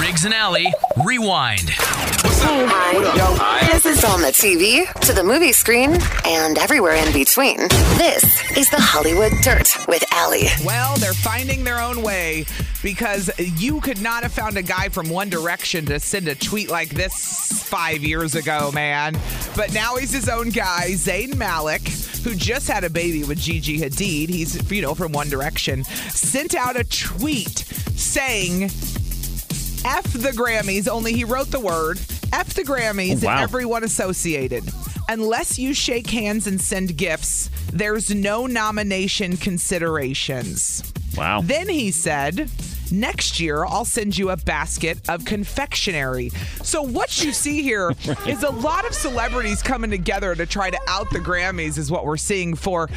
Riggs and Alley, rewind. Hi. This is on the TV, to the movie screen, and everywhere in between. This is the Hollywood Dirt with Allie. Well, they're finding their own way because you could not have found a guy from One Direction to send a tweet like this five years ago, man. But now he's his own guy, Zayn Malik, who just had a baby with Gigi Hadid. He's, you know, from One Direction, sent out a tweet saying, F the Grammys, only he wrote the word F the Grammys Oh, wow. and everyone associated. Unless you shake hands and send gifts, there's no nomination considerations. Wow. Then he said, Next year, I'll send you a basket of confectionery. So, what you see here is a lot of celebrities coming together to try to out the Grammys, is what we're seeing for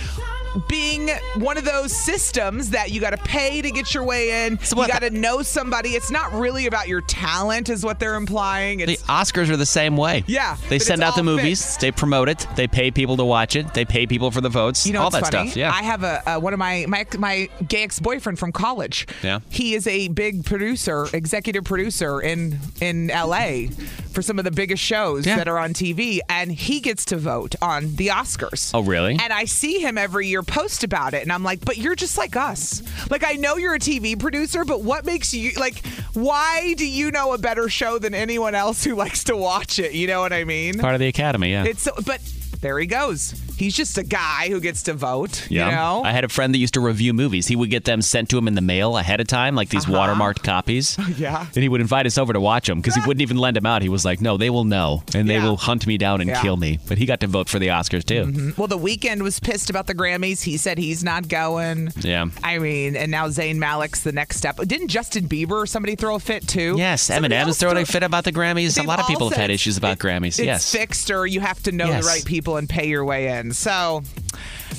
being one of those systems that you got to pay to get your way in. you got to know somebody. It's not really about your talent, is what they're implying. The It's, Oscars are the same way. Yeah, but They it's send out the all movies, fixed. they promote it, they pay people to watch it, they pay people for the votes, you know, all what's that funny? stuff. Yeah. I have a uh, one of my my my gay ex boyfriend from college. Yeah. he is a big producer, executive producer in in L.A. for some of the biggest shows Yeah. that are on TV, and he gets to vote on the Oscars. Oh, really? And I see him every year post about it, and I'm like, but you're just like us. Like I know you're a TV producer, but what makes you like? Why do you know a better show than anyone else who likes to watch it? You know what I mean? Part of the Academy, yeah. It's so, but there he goes. He's just a guy who gets to vote. You know? I had a friend that used to review movies. He would get them sent to him in the mail ahead of time, like these watermarked copies. Uh-huh. yeah. And he would invite us over to watch them because he wouldn't even lend them out. He was like, no, they will know and they Yeah. will hunt me down and Yeah. Mm-hmm. kill me. But he got to vote for the Oscars too. well, the weekend was pissed about the Grammys. He said he's not going. Yeah. I mean, and now Zayn Malik's the next step. Didn't Justin Bieber or somebody throw a fit too? Yes, Somebody Eminem is else throwing threw- a fit about the Grammys. A They've lot of all people have said had it's- issues about it- Grammys. It's yes. fixed or you have to know Yes. the right people and pay your way in. So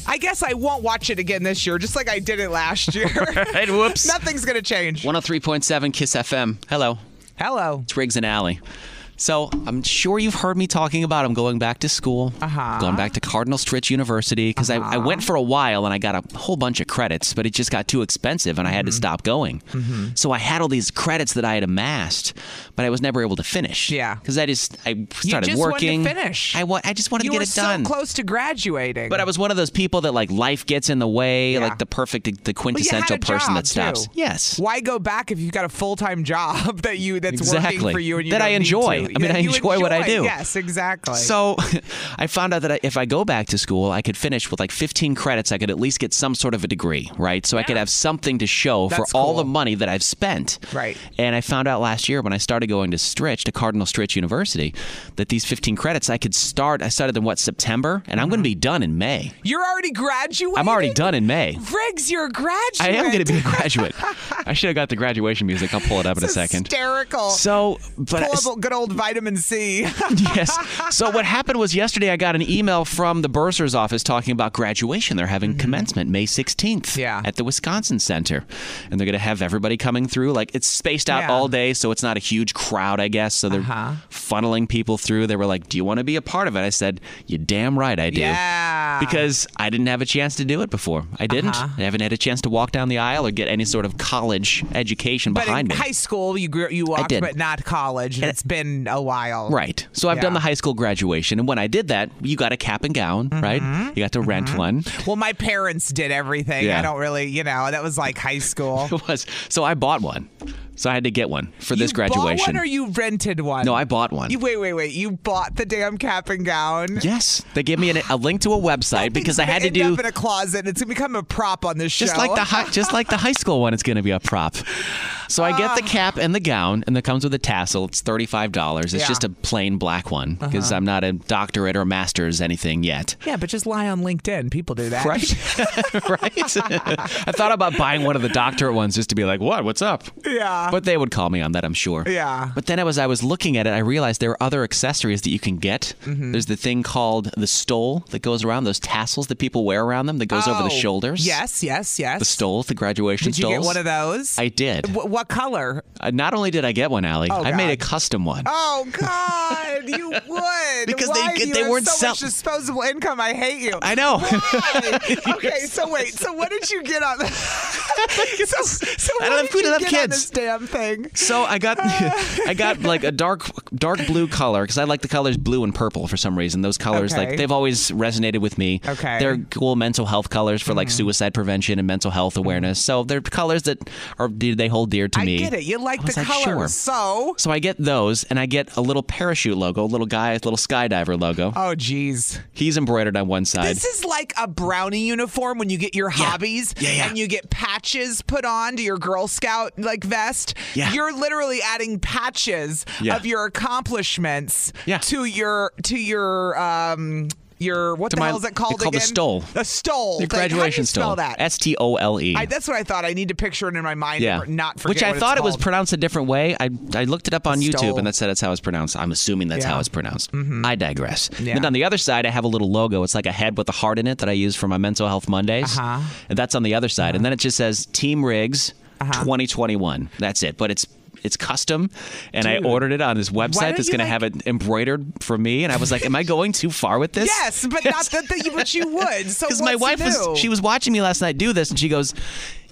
I guess I won't watch it again this year, just like I did it last year. Right, whoops. Nothing's going to change. 103.7 Kiss FM. Hello. Hello. It's Riggs and Alley. So I'm sure you've heard me talking about I'm going back to school, uh-huh. going back to Cardinal Stritch University because I, I Uh-huh. went for a while and I got a whole bunch of credits, but it just got too expensive and I had Mm-hmm. to stop going. So I had all these credits that I had amassed, but I was never able to finish. Yeah. because I just I started just wanted to working. finish. I wa- I just wanted you to get were it done. so close to graduating. But I was one of those people that like life gets in the way, Yeah. like the perfect, the But you had quintessential a person that job, stops. too. Yes. Why go back if you've got a full time job that you that's Exactly. working for you and you That I don't need enjoy. to? I mean, That I you enjoy what I do. Yes, exactly. So I found out that I- if I go back to school, I could finish with like 15 credits. I could at least get some sort of a degree, right? So I could have something to show That's for all the cool. money that I've spent. Right. And I found out last year when I started going to Stritch, to Cardinal Stritch University, that these 15 credits I could start. I started them, what, September? Mm-hmm. And I'm going to be done in May. you're already graduating. I'm already done in May. Riggs, you're a graduate. I am going to be a graduate. I should have got the graduation music. I'll pull it up in a It's second. Hysterical. So, but Pull up a good old vitamin C. yes. So what happened was yesterday I got an email from the bursar's office talking about graduation. They're having commencement May 16th Mm-hmm. Yeah. at the Wisconsin Center. And they're going to have everybody coming through. Like it's spaced out Yeah. Uh-huh. all day, so it's not a huge crowd, I guess. So they're funneling people through. They were like, "Do you want to be a part of it?" I said, "You damn right I do." Yeah. Because I didn't have a chance to do it before. I didn't. Uh-huh. I haven't had a chance to walk down the aisle or get any sort of college education but in behind me. high school, you grew, you walked, did. but not college, and it's been a while. Right. So I've done Yeah. the high school graduation, and when I did that, you got a cap and gown, Mm-hmm. right? You got to rent one. Well, my parents did everything. Yeah. I don't really, you know, that was like high school. It was so I bought one. So I had to get one for this Bought graduation. one or you rented one? no, I bought one. You, wait, wait, wait. You bought the damn cap and gown? yes, they gave me an, a link to a website because I It's had to gonna do end up in a closet. It's gonna become a prop on this show. just like the high, just like the high school one. It's going to be a prop. So I Ah. get the cap and the gown, and it comes with a tassel. It's thirty five dollars. It's Yeah. Uh-huh. just a plain black one because I'm not a doctorate or master's anything yet. yeah, but just lie on LinkedIn. People do that. Right, right. I thought about buying one of the doctorate ones just to be like, "What? What's up?" Yeah. But they would call me on that, I'm sure. Yeah. But then as I was looking at it, I realized there are other accessories that you can get. Mm-hmm. There's the thing called the stole that goes around those tassels that people wear around them that goes over the Oh, shoulders. Yes, yes, yes. The stoles, the graduation Did you stoles. get one of those? I did. Wh- what color? Uh, Not only did I get one, Allie, Oh, I made a God. custom one. Oh God, you would Because they- Why do they you have weren't so sell- much disposable income. I hate you. I know. Why? okay, so wait. So what did you get on? so, so I what don't have did food, you I don't have get on kids. this damn thing? So I got I got like a dark dark blue color because I like the colors blue and purple for some reason. Those colors Okay. like they've always resonated with me. Okay. Mm. they're cool mental health colors for like suicide prevention and mental health awareness. So they're colors that are they hold dear to I me. get it. You like I was the colors, sure. so. So I get those, and I get a little parachute logo, a little guy, a little skydiver logo. Oh geez, He's embroidered on one side. this is like a brownie uniform when you get your hobbies Yeah, yeah. and you get patches put on to your Girl Scout like vest. Yeah. You're literally adding patches Yeah. of your accomplishments Yeah. to your to your um your what To the my- hell is it called it's called a again? stole. A stole. Your Like, how do you graduation spell stole. that? S T O L E. I, that's what I thought. I need to picture it in my mind. Yeah, or Not forget which I what it's thought it was called. pronounced a different way. I, I looked it up on Stole. YouTube and that said that's how it's pronounced. I'm assuming that's Yeah. Mm-hmm. how it's pronounced. I digress. Yeah. Then on the other side, I have a little logo. It's like a head with a heart in it that I use for my mental health Mondays. Uh-huh. And that's on the other side. And then it just says Team Riggs Uh-huh. 2021. That's it. But it's it's custom, and I ordered it on this website don't that's you, going to like- have it embroidered for me. And I was like, "Am I going too far with this?" Yes, but not that, that you, but you would. So because my what's wife new? was she was watching me last night do this, and she goes,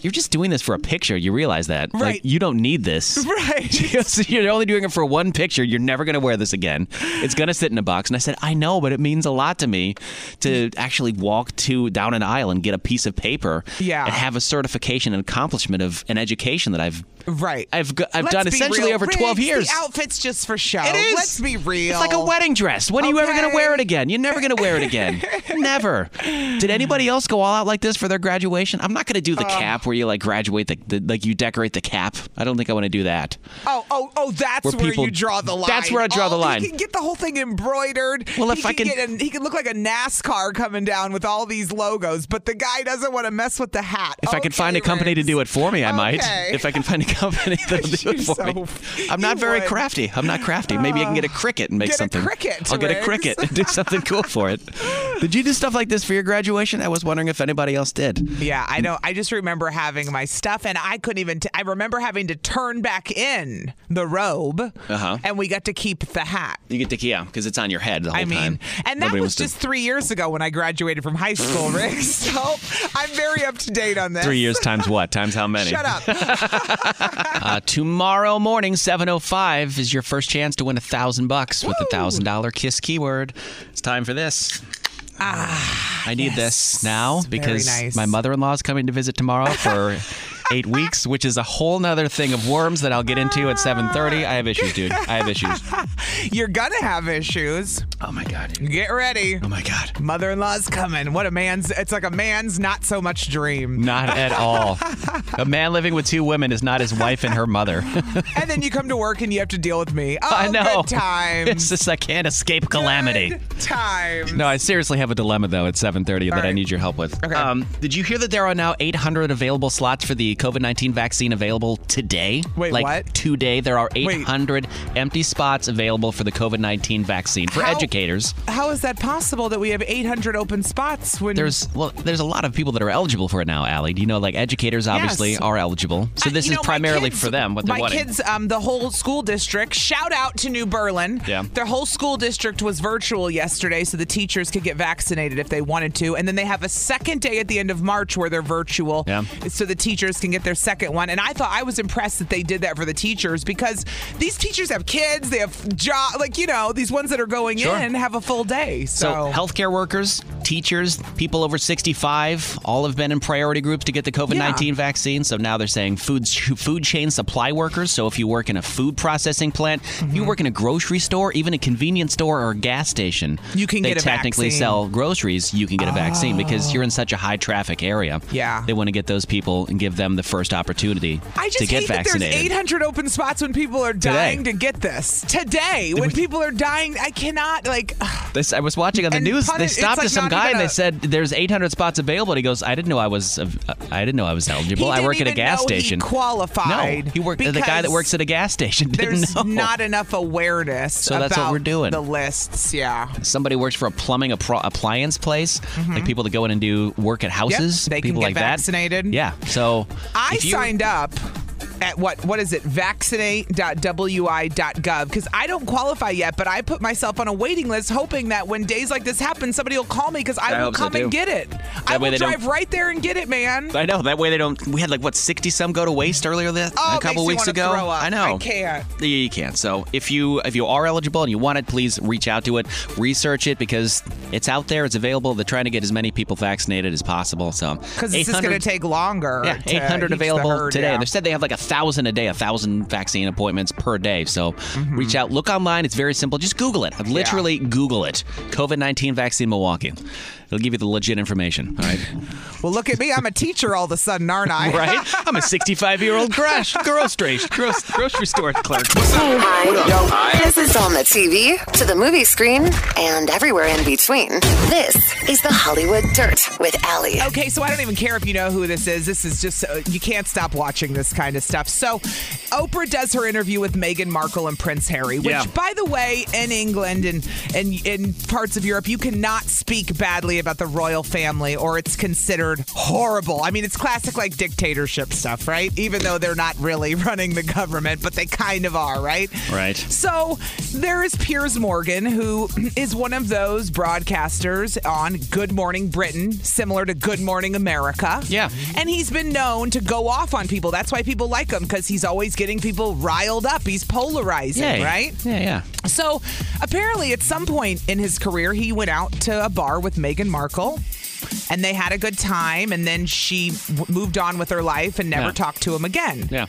"You're just doing this for a picture. You realize that, Like, Right. you don't need this, Right. She goes, You're only doing it for one picture. You're never going to wear this again. It's going to sit in a box." And I said, "I know, but it means a lot to me to actually walk to down an aisle and get a piece of paper, Yeah. and have a certification and accomplishment of an education that I've." right. I've go- I've Let's done be essentially real. over 12 Riggs, years. The outfit's just for show. It is. Let's be real. It's like a wedding dress. When are you ever going Okay. to wear it again? You're never going to wear it again. never. Did anybody else go all out like this for their graduation? I'm not going to do Um, the cap where you like graduate the, the like you decorate the cap. I don't think I want to do that. Oh, oh, oh! That's where, Where people- you draw the line. That's where I draw the All- line. He can get the whole thing embroidered. Well, He if I can- get an, he can look like a NASCAR coming down with all these logos, but the guy doesn't want to mess with the hat. If I could find a company to do it for me, I might. If I can find a company that'll do You're it for so- me. I'm you not very would. crafty. I'm not crafty. Maybe I can get a cricket and make Get a something. cricket, I'll get a Riggs. cricket and do something cool for it. Did you do stuff like this for your graduation? I was wondering if anybody else did. Yeah, I know. I just remember having my stuff, and I couldn't even. T- I remember having to turn back in the robe, Uh-huh. and we got to keep the hat. You get to yeah, because it's on your head the whole I mean, time. and that Nobody was wants to- just three years ago when I graduated from high school, Rick. So I'm very up to date on this. Three years times what? Times how many? Shut up. Uh, tomorrow morning, 7.05 is your first chance to win a thousand bucks with a thousand dollar kiss keyword. It's time for this. I need this now Ah, Very because nice. my mother-in-law is coming to visit tomorrow for eight weeks, which is a whole nother thing of worms that I'll get into at 7.30. I have issues, dude. I have issues. You're gonna have issues. Oh, my God. Get ready. Oh, my God. Mother-in-law's coming. What a man's. It's like a man's not so much dream. Not at all. A man living with two women is not his wife and her mother. And then you come to work and you have to deal with me. Oh, I know. Good times. It's just I can't escape calamity. Good times. No, I seriously have a dilemma though at 7:30 that I right. need your help with. Um, did you hear that there are now 800 available slots for the COVID-19 vaccine available today? Wait, like what? Today there are Wait. 800 empty spots available for the COVID-19 vaccine for How- educators. How is that possible that we have 800 open spots when There's well, there's a lot of people that are eligible for it now, Allie. Do you know like educators obviously Yes. are eligible. So I- this you is know, my primarily kids- for them what they're my wanting. kids, um, the whole school district. Shout out to New Berlin. Yeah. their whole school district was virtual yesterday, so the teachers could get vaccinated if they wanted to, and then they have a second day at the end of March where they're virtual, Yeah. so the teachers can get their second one. And I thought I was impressed that they did that for the teachers because these teachers have kids, they have job, like you know, these ones that are going Sure. in have a full day. So, So, healthcare workers, teachers, people over 65, all have been in priority groups to get the COVID 19 vaccine. So now they're saying food, food chain supply workers. So if you work in a food processing plant, if Mm-hmm. you work in a grocery store, even a convenience store or a gas station, You can they get a technically vaccine. sell groceries, you can get a vaccine because Oh. you're in such a high traffic area. Yeah. They want to get those people and give them the first opportunity I just to get hate vaccinated. that there's 800 open spots when people are Today. dying to get this. Today, when people are dying, I cannot, like, This, I was watching on the And news. pun- They it's stopped like to some not guy even and they a- said there's 800 spots available. And he goes, I didn't know I was, uh, I didn't know I was eligible. He I didn't work at a even gas know he station. qualified No, he worked. The guy that because works at a gas station didn't there's know. not enough awareness So about that's what we're doing. the lists. Yeah. Somebody works for a plumbing appro- appliance place, like people that go in and do work at houses. Mm-hmm. they can people get like vaccinated. That. Yeah. So I if you- signed up at what what is it vaccinate.wi.gov because I don't qualify yet but I put myself on a waiting list hoping that when days like this happen somebody will call me because I, I will hope so, come and too. get it I way will they don't- drive right there and get it man I know that way they don't. We had like what 60 some go to waste earlier this Oh, a it couple makes me weeks wanna ago. throw up. I know. I can't. Yeah, You can't. So if you if you are eligible and you want it, please reach out to it, research it because it's out there, it's available. They're trying to get as many people vaccinated as possible. So because this is 800 going to take longer Yeah, to 800 reach the available herd, today. yeah. They said they have like a thousand a day, a thousand vaccine appointments per day. So Mm-hmm. reach out, look online. It's very simple. Just Google it. Literally Google it. COVID 19 vaccine Milwaukee. It'll give you the legit information. All right. well look at me I'm a teacher all of a sudden aren't I right? I'm a 65 year old grocery grocery grocery store clerk. Hi. This is on the TV, to the movie screen, and everywhere in between. This is the Hollywood Dirt with Allie. Okay, so I don't even care if you know who this is. This is just, uh, you can't stop watching this kind of stuff. So, Oprah does her interview with Meghan Markle and Prince Harry, which, Yeah. by the way, in England and, and in parts of Europe, you cannot speak badly about the royal family or it's considered horrible. I mean, it's classic like dictatorship stuff, right? Even though they're not really running the government, but they kind of are, right? Right. So there is Piers Morgan, who is one of those broadcasters on Good Morning Britain, similar to Good Morning America. Yeah. And he's been known to go off on people. That's why people like him, because he's always getting people riled up. He's polarizing, Yeah, right? Yeah, yeah. So apparently, at some point in his career, he went out to a bar with Meghan Markle. And they had a good time, and then she w- moved on with her life and never Yeah. talked to him again. Yeah.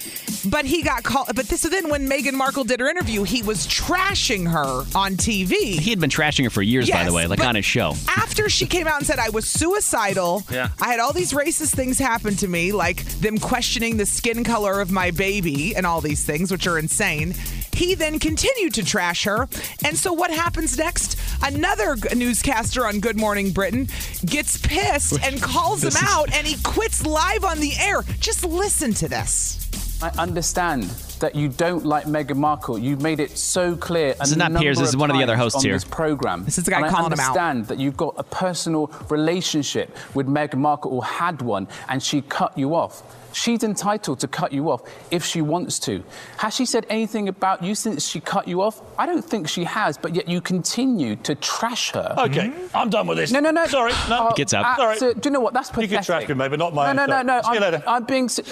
But he got called. But this, so then when Meghan Markle did her interview, he was trashing her on TV. He had been trashing her for years, by Yes, the way, like but on his show. After she came out and said, I was suicidal. Yeah. I had all these racist things happen to me, like them questioning the skin color of my baby and all these things, which are insane. He then continued to trash her. And so what happens next? Another g- newscaster on Good Morning Britain gets pissed and calls him out and he quits live on the air. Just listen to this. I understand that you don't like Meghan Markle. You've made it so clear. This is not Piers, this is one of the other hosts on here. This program. This is the guy and calling I him out. understand that you've got a personal relationship with Meghan Markle or had one, and she cut you off. She's entitled to cut you off if she wants to. Has she said anything about you since she cut you off? I don't think she has, but yet you continue to trash her. Okay, I'm done with this. No, no, no. Sorry, no. Oh, Gets up. abso- Sorry. Do you know what? That's You pathetic. can trash me, mate, but not my No, own no, show. no, no. See you I'm- later. I'm being. se-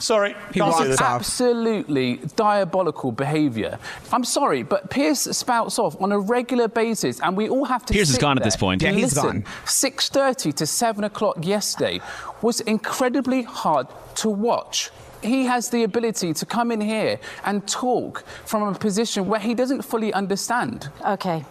Sorry, can't do walks this. out. Absolutely diabolical behaviour. I'm sorry, but Pierce spouts off on a regular basis, and we all have to. Pierce is sit gone at there this point. and Yeah, he's listen. gone. 6:30 to 7 o'clock yesterday was incredibly hard to watch. He has the ability to come in here and talk from a position where he doesn't fully understand. Okay.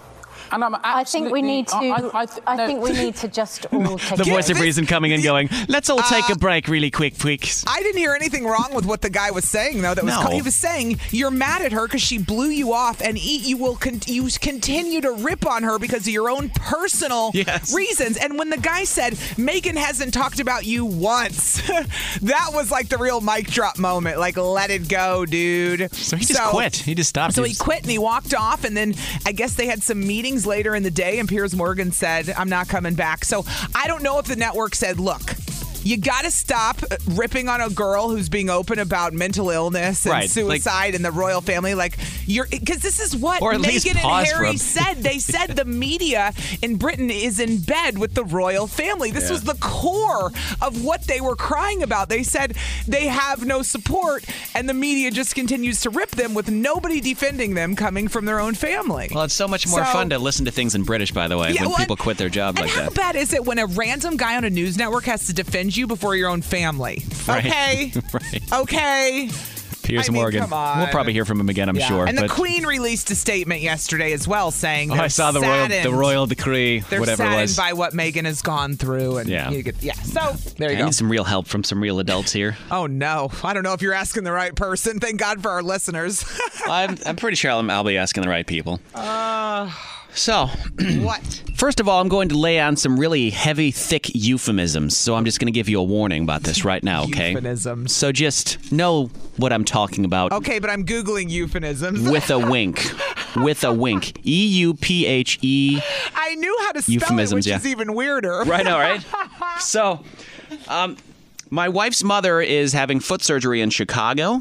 And I'm I think we absolutely- need to. I- I- I I, th- no. think we need to just all take. The a voice of break. reason coming and going, let's all take uh, a break really quick, quick. I didn't hear anything wrong with what the guy was saying though. That was No. he was saying you're mad at her because she blew you off, and eat you will con- you continue to rip on her because of your own personal Yes. reasons. And when the guy said Megan hasn't talked about you once, that was like the real mic drop moment. Like let it go, dude. So he just quit. He just stopped. So He he was- quit and he walked off, and then I guess they had some meetings later in the day, and Piers Morgan said, "I'm not coming back." So I don't know if the network said, "Look." You got to stop ripping on a girl who's being open about mental illness and Right, like- suicide and the royal family. Like you're, because this is what Or at least Meghan and pause for Harry a- said. They said the media in Britain is in bed with the royal family. This Yeah. was the core of what they were crying about. They said they have no support, and the media just continues to rip them with nobody defending them coming from their own family. Well, it's so much more So- fun to listen to things in British, by the way, Yeah, when well, people quit their job like How that. bad is it when a random guy on a news network has to defend you before your own family? Right. Okay. right. Okay. Piers I mean, Morgan. come on. We'll probably hear from him again, I'm Yeah. sure. And the but- Queen released a statement yesterday as well saying Oh, they're I saw the royal, saddened. the royal decree, They're whatever it saddened was. by what Megan has gone through, and Yeah. you get, yeah. So there you I go. need some real help from some real adults here. Oh no, I don't know if you're asking the right person. Thank God for our listeners. I'm, I'm pretty sure I'll, I'll be asking the right people. uh, So, what? First of all, I'm going to lay on some really heavy, thick euphemisms. So I'm just going to give you a warning about this right now, okay? Euphemisms. So just know what I'm talking about Okay, but I'm googling euphemisms. with a wink. With a wink. E U P H E. I knew how to spell Euphemisms, it, which yeah. is even weirder. Right now, right? So, um, my wife's mother is having foot surgery in Chicago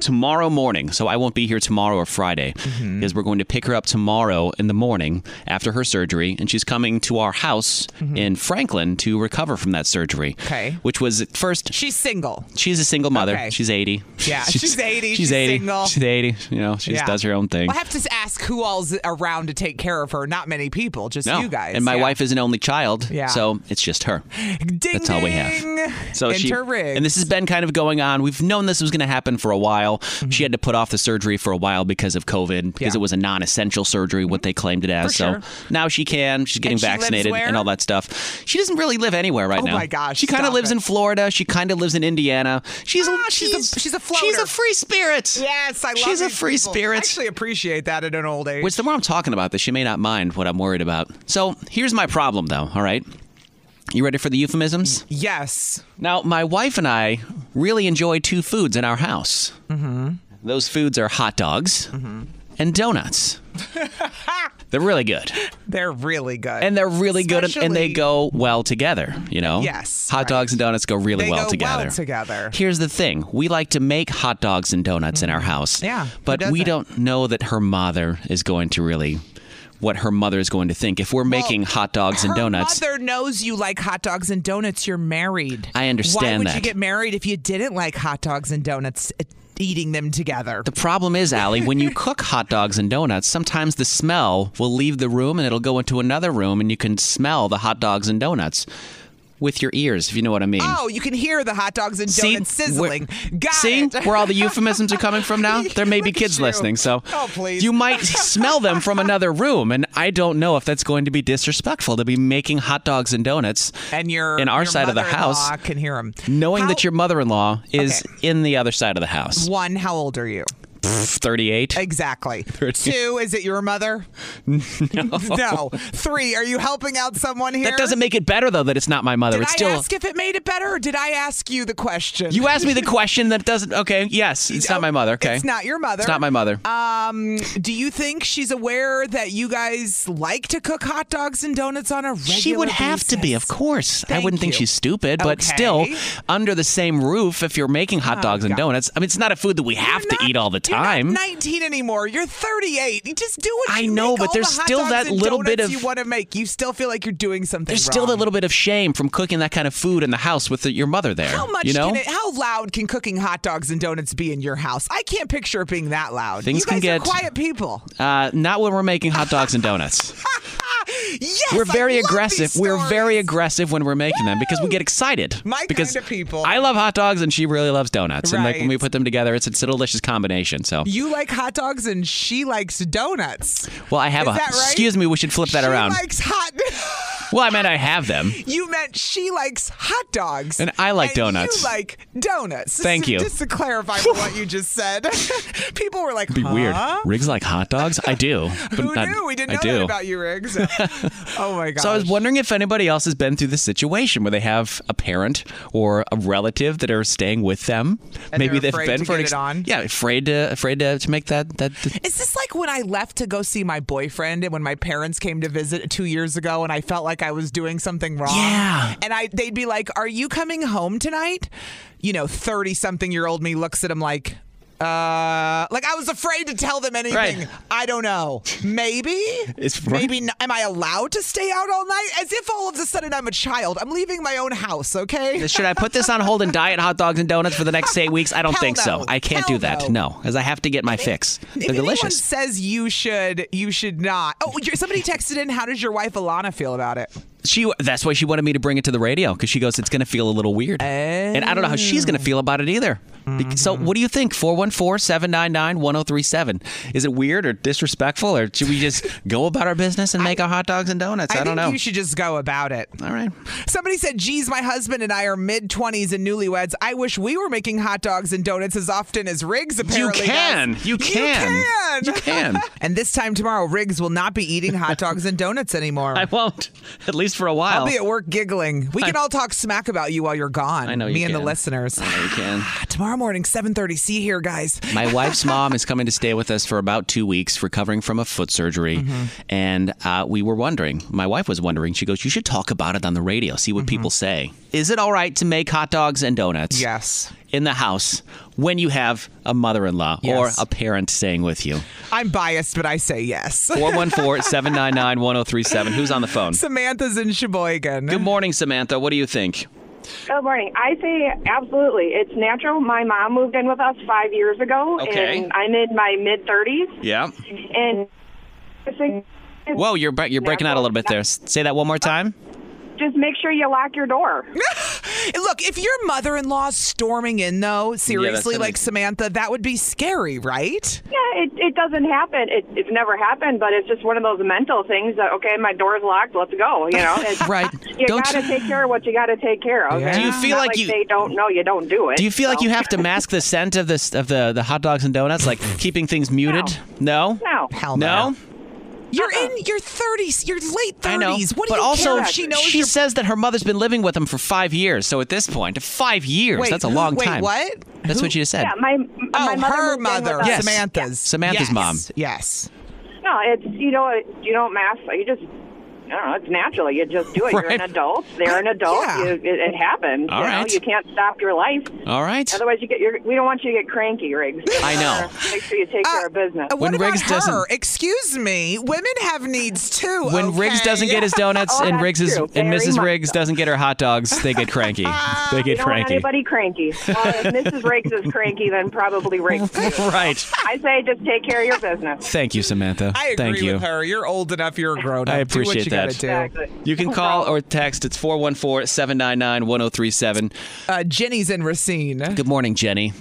tomorrow morning. So I won't be here tomorrow or Friday because we're going to pick her up tomorrow in the morning after her surgery. And she's coming to our house in Franklin to recover from that surgery. Okay. Which was at first. She's single. She's a single mother. Okay. She's 80. Yeah, she's 80, She's, she's 80. single. She's 80. You know, she just Yeah. does her own thing. Well, I have to s- ask who all's around to take care of her. Not many people, just no. you guys. And my yeah. wife is an only child. Yeah. So it's just her. Ding, That's all we have. ding. So she, Enter Riggs. and this has been kind of going on. We've known this was going to happen for a while. She had to put off the surgery for a while because of COVID, because Mm-hmm. Yeah. Mm-hmm. it was a non-essential surgery, what they claimed it as. For so sure. now she can. She's getting And she lives vaccinated where? and all that stuff. She doesn't really live anywhere right Oh now. my gosh, She kind of stop lives it. Ah, in Florida. She kind of lives in Indiana. She's a, she's, she's a, she's a floater. she's a free spirit. Yes, I love She's a these free people. spirit. I actually appreciate that at an old age. Which the more I'm talking about this, she may not mind what I'm worried about. So here's my problem, though. All right, you ready for the euphemisms? Yes. Now, my wife and I really enjoy two foods in our house. Mhm. Those foods are hot dogs Mm-hmm. and donuts. they're really good. They're really good. And they're really good and- and they Especially- go well together, you know? Yes, Hot dogs and donuts go really They well go together. well together. Mm-hmm. Here's the thing we like to make hot dogs and donuts in our house. Yeah, who But we doesn't? don't know that her mother is going to really. What her mother is going to think if we're making hot dogs and Her donuts. mother knows you like hot dogs and donuts. You're married. I Why understand would you that. get married if you didn't like hot dogs and donuts? uh, Eating them together. The problem is, Allie, when you cook hot dogs and donuts, sometimes the smell will leave the room and it'll go into another room and you can smell the hot dogs and donuts with your ears, if you know what I mean. Oh, you can hear the hot dogs and See? donuts sizzling. Got See it. where all the euphemisms are coming from now? There may be Look at kids you. listening, so Oh, please. you might smell them from another room, and I don't know if that's going to be disrespectful to be making hot dogs and donuts and your in our your side of the house, mother-in-law can hear them. knowing that your mother-in-law is in the other side of the house. One, how old are you? Pff, Thirty-eight. Exactly. Two, is it your mother? No. No. Three, are you helping out someone here? That doesn't make it better though that it's not my mother. Did it's I still ask if it made it better, or did I ask you the question? You asked me the question that doesn't Okay, yes, it's not my mother, okay? Oh, It's not your mother. It's not my mother. Um, do you think she's aware that you guys like to cook hot dogs and donuts on a regular She would have to be, of course. I wouldn't think you. she's stupid, Okay. but Oh, still, under the same roof, if you're making hot dogs and donuts, I mean, it's not a food that we have to eat all the time. 19 anymore. You're 38. You just do what you I know, make but all there's the hot still dogs that and little bit donuts of- you want to make. You still feel like you're doing something. There's still that wrong. little bit of shame from cooking that kind of food in the house with the, your mother there. How much you know? can it, how loud can cooking hot dogs and donuts be in your house? I can't picture it being that loud. Things you can guys are get- quiet people. uh, not when we're making hot dogs and donuts. Yes, we're I very love aggressive. these We're very stories. aggressive when we're making them because we get excited. My because kind of people. I love hot dogs and she really loves donuts. And like when Right. we put them together, it's, it's a delicious combination. So, You like hot dogs and she likes donuts. well, I have Is a. that right? Excuse me, we should flip that she around. likes hot. well, I meant I have them. you meant she likes hot dogs. And I like and donuts. You like donuts. Thank Just- you. Just to clarify from what you just said, people were like, It'd be weird. "Huh? Riggs like hot dogs? I do. But Who not- knew? We didn't I know do. that about you, Riggs. oh my god. So I was wondering if anybody else has been through this situation where they have a parent or a relative that are staying with them. And they're they've afraid been to for an get it on? Yeah, afraid to afraid to, to make that that. Is this like like when I left to go see my boyfriend and when my parents came to visit two years ago and I felt like I was doing something wrong. Yeah. And I they'd be like, Are you coming home tonight? You know, 30 something year old me looks at him like, uh, like I was afraid to tell them anything. Right. I don't know. Maybe. It's- maybe. N- am I allowed to stay out all night? As if all of a sudden I'm a child. I'm leaving my own house. Okay. Should I put this on hold and diet hot dogs and donuts for the next eight weeks? I don't Hell think so. no. I can't Hell do that. no. No, because I have to get my fix. If They're anyone delicious. says you should, you should not. Oh, you're- somebody texted in. How does your wife Alana feel about it? She that's why she wanted me to bring it to the radio because she goes it's going to feel a little weird. And I don't know how she's going to feel about it either. Be- So Mm-hmm. what do you think 414-799-1037? Is it weird or disrespectful or should we just go about our business and make our hot dogs and donuts? I, think don't know. You should just go about it. All right. Somebody said, "Geez, my husband and I are mid twenties and newlyweds. I wish we were making hot dogs and donuts as often as Riggs apparently does." can. You can. You can. You can. and this time tomorrow, Riggs will not be eating hot dogs and donuts anymore. I won't. At least for a while. I'll be at work giggling. We can all talk smack about you while you're gone. I know you Me and the can. listeners. I know you can. Tomorrow morning, 7:30. See you here, guys. My wife's mom is coming to stay with us for about two weeks, recovering from a foot surgery. And uh, we were wondering, my wife was wondering, she goes, You should talk about it on the radio, see what people say. Is it all right to make hot dogs and donuts? Yes. In the house when you have a mother in law Yes. or a parent staying with you? I'm biased, but I say yes. 414 799 1037. Who's on the phone? Samantha's in Sheboygan. Good morning, Samantha. What do you think? Good morning. I say absolutely. It's natural. My mom moved in with us five years ago, Okay. and I'm in my mid 30s. Yeah. And I think Whoa, you're, bre- you're breaking out a little bit there. S- Say that one more time. just make sure you lock your door. Look, if your mother-in-law's storming in, though, seriously, gonna like be- Samantha, that would be scary, right? Yeah, it, it doesn't happen. It, it's never happened, but it's just one of those mental things that, okay, my door's locked, let's go, you know? It's, right. You Don't got to you- take care of what you got to take care of. Yeah. Do you It's feel not like like you- they don't know you don't do it? Do you feel like so. you have to mask the scent of this of the, the hot dogs and donuts, like keeping things muted? No. No. Uh-uh. Hell no. No. You're in your 30s, your late 30s. I know. What do but you also, care if she knows she your- says that her mother's been living with him for five years. So at this point, five years. Wait, that's a who- long wait, time. what? That's what she just said. Yeah, my, Oh, my mother her moved in with mother, us. Yes. Samantha's. Samantha's Yes. mom. Yes. No, it's you know you don't mask. You just I don't know. It's natural. You just do it. You're an Right. adult. They're an adult. Yeah. You, it, it happens. All you know? right. You can't stop your life. All right. Otherwise, you get. Your, we don't want you to get cranky, Riggs. I know. Uh, Make sure you take care of business. Uh, What When about Riggs her? doesn't- Excuse me. Women have needs too. When Riggs okay? doesn't get his donuts Oh, and that's Riggs is, true. and Very Mrs. much Riggs doesn't get her hot dogs, they get cranky. they you don't get want cranky. anybody cranky. Well, if Mrs. Riggs is cranky, then probably Riggs. is. right. I say just take care of your business. Thank you, Samantha. I agree Thank you. with her. You're old enough. You're a grown up. I do appreciate what you that. Gotta do. You Oh, can call or text. It's 414 799 1037. Uh, Jenny's in Racine. Good morning, Jenny.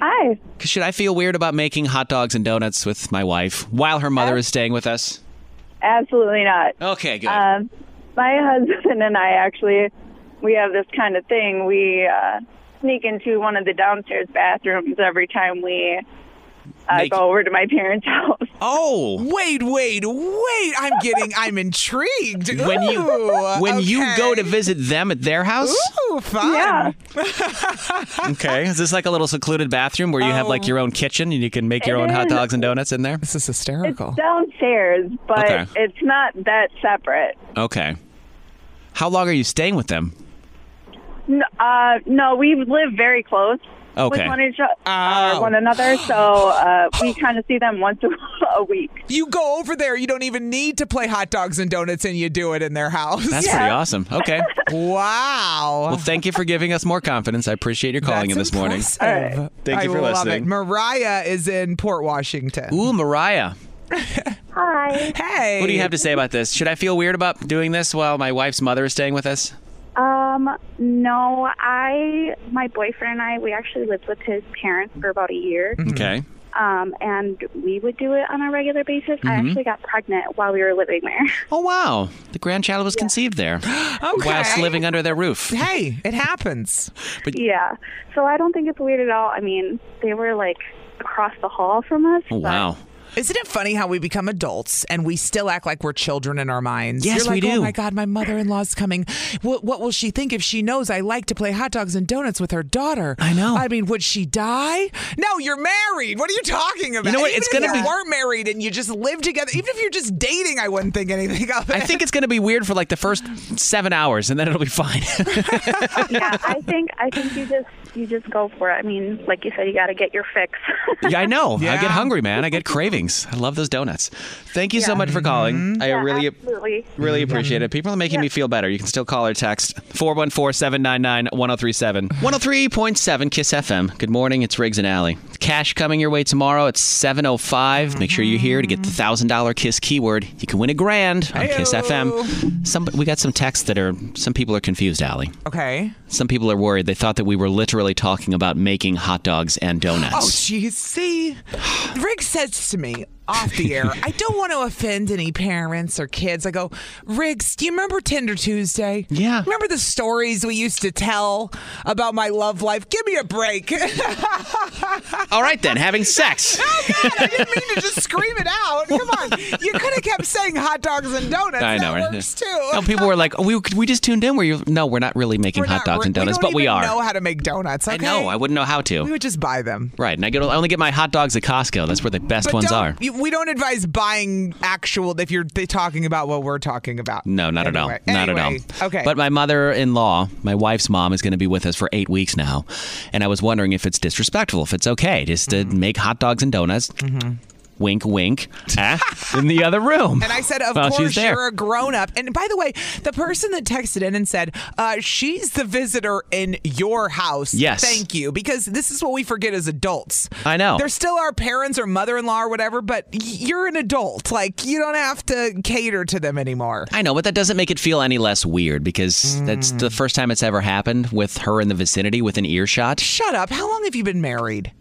Hi. Should I feel weird about making hot dogs and donuts with my wife while her mother is staying with us? Absolutely not. Okay, good. Uh, Um, my husband and I actually, we have this kind of thing. We uh, sneak into one of the downstairs bathrooms every time we uh, Make- go over to my parents' house. Oh. Wait, wait, wait. I'm getting, I'm intrigued. When you Ooh, when you go to okay. visit them at their house? Ooh, fun. Yeah. Okay. Is this like a little secluded bathroom where you have Oh. like your own kitchen and you can make your It own hot is. dogs and donuts in there? This is hysterical. Downstairs, but Okay. it's not that separate. Okay. How long are you staying with them? No, uh, no we live very close. Okay. Oh. With one, each, uh, one another, so uh, we kind of see them once a, a week. You go over there, you don't even need to play hot dogs and donuts and you do it in their house. That's pretty awesome. Okay. Wow. Well, thank you for giving us more confidence. I appreciate your calling in That's this morning. impressive. Thank I you for love listening. It. Mariah is in Port Washington. Ooh, Mariah. Hi. Hey. What do you have to say about this? Should I feel weird about doing this while my wife's mother is staying with us? Um, no, I, my boyfriend and I, we actually lived with his parents for about a Mm-hmm. year. Hmm. Okay. Um, and we would do it on a regular basis. I Mhm. actually got pregnant while we were living there. Oh wow, the grandchild was conceived there, whilst living under their roof. Hey, it happens. But yeah. So I don't think it's weird at all. I mean, they were like across the hall from us. oh wow, Isn't it funny how we become adults and we still act like we're children in our minds? Yes, You're like, we do. Oh my God, my mother in law's coming. What, what will she think if she knows I like to play hot dogs and donuts with her daughter? I know. I mean, would she die? No, you're married. What are you talking about? You know what? Even It's if gonna you be- weren't married and you just live together, even if you're just dating, I wouldn't think anything of it. I think it's going to be weird for like the first seven hours, and then it'll be fine. yeah, I think I think you just you just go for it. I mean, like you said, you got to get your fix. yeah, I know. I Yeah. get hungry, man. I get cravings. I love those donuts. Thank you so much for calling. I really, absolutely. really appreciate it. People are making me feel better. You can still call or text 414 799 1037. 103.7 Kiss FM. Good morning. It's Riggs and Alley. Cash coming your way tomorrow at 705. Make sure you're here to get the $1,000 Kiss keyword. You can win a grand on Kiss FM. Some, we got some texts that are, some people are confused, Allie. Okay. Some people are worried. They thought that we were literally talking about making hot dogs and donuts. Oh, geez. See, Riggs says to me off the air, I don't want to offend any parents or kids. I go, Riggs, do you remember Tinder Tuesday? Yeah. Remember the stories we used to tell about my love life? Give me a break. Oh, All right then, having sex. I didn't mean to just scream it out. Come on. You could have kept saying hot dogs and donuts. I know. That right? works too. No, people were like, oh, "We we just tuned in." Where you? No, we're not really making We're hot not dogs re- and donuts, we don't but we even are. know how to make donuts. Okay? I know. I wouldn't know how to. We would just buy them. Right, and I get I only get my hot dogs at Costco. That's where the best But ones don't- are. you- we don't advise buying actual if you're th- talking about what we're talking about. No, not Anyway- at all. Not anyway, at all. okay. But my mother-in-law, my wife's mom, is going to be with us for eight weeks now, and I was wondering if it's disrespectful, if it's okay just Mm-hmm. to make hot dogs and donuts. Wink, wink. eh, in the other room. And I said, of while course, she's there. you're a grown up. And by the way, the person that texted in and said, uh, she's the visitor in your house. Yes. Oh. Thank you. Because this is what we forget as adults. I know. They're still our parents or mother in law or whatever, but y- you're an adult. Like, you don't have to cater to them anymore. I know, but that doesn't make it feel any less weird because that's the Mm. first time it's ever happened with her in the vicinity with an earshot. Shut up. How long have you been married?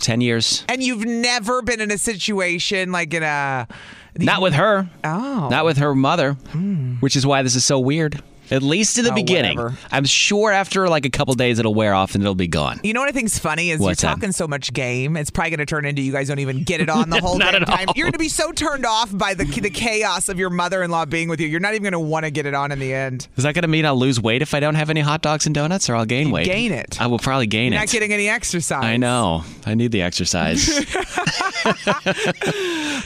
10 years. And you've never been in a situation like in a. Not with her. Oh. Hmm. Not with her mother, which is why this is so weird. At least in the Oh, beginning. whatever. I'm sure after like a couple days it'll wear off and it'll be gone. You know what I think's funny is What's you're that? talking so much game. It's probably going to turn into you guys don't even get it on the whole Not damn at all. time. You're going to be so turned off by the the chaos of your mother-in-law being with you. You're not even going to want to get it on in the end. Is that going to mean I'll lose weight if I don't have any hot dogs and donuts or I'll gain weight? gain it. I will probably gain You're it. not getting any exercise. I know. I need the exercise.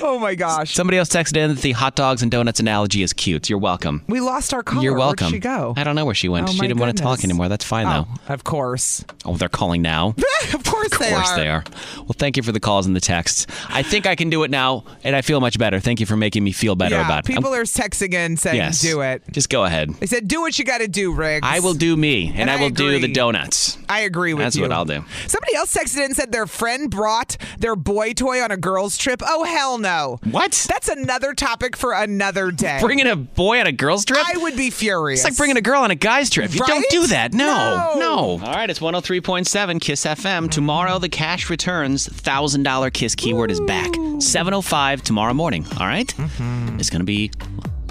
Oh my gosh. Somebody else texted in that the hot dogs and donuts analogy is cute. You're welcome. We lost our caller. You're welcome. Where'd she go? I don't know where she went. Oh, she my didn't want to talk goodness. anymore. That's fine Oh, though. Of course. Oh, they're calling now. of course Of they course are. they are. Well, thank you for the calls and the texts. I think I can do it now, and I feel much better. Thank you for making me feel better yeah, about it. people I'm- are texting in saying yes, do it. Just go ahead. They said do what you got to do, Riggs. I will do me, and, And I I will do the agree. donuts. I agree with That's you. what I'll do. Somebody else texted in and said their friend brought their boy toy on a girl's trip. Oh, hell no. What? That's another topic for another day. Bringing a boy on a girl's trip? I would be furious. It's like bringing a girl on a guy's trip. You don't Right? do that. No, No. no. All right, it's 103.7 Kiss FM. Tomorrow, the cash returns. $1,000 Kiss keyword is back. 7.05 tomorrow morning. All right? Mm-hmm. It's going to be,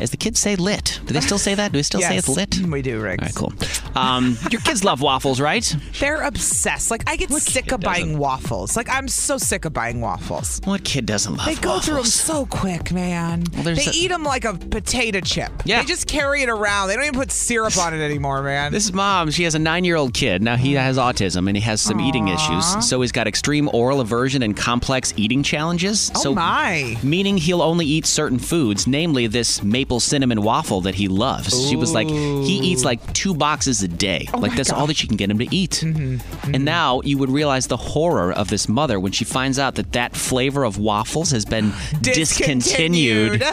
as the kids say, lit. Do they still say that? Do they still say it's Yes, lit? We do, Riggs. All right, cool. Um, your kids love waffles, right? They're obsessed. Like I get sick of buying waffles. Like I'm so sick of buying waffles. What kid doesn't love They go through them so quick, man. they there's eat 'em a- eat them like a potato chip. Yeah. They just carry it around. They don't even put syrup on it anymore, man. This mom, she has a nine year old kid. Now he has autism and he has some eating issues. So he's got extreme oral aversion and complex eating challenges. Oh, so my. Meaning he'll only eat certain foods, namely this maple cinnamon waffle that he loves. She was like, he eats like two boxes a day. Oh like that's all that she can get him to eat. Mm-hmm, And now you would realize the horror of this mother when she finds out that that flavor of waffles has been discontinued. Discontinued.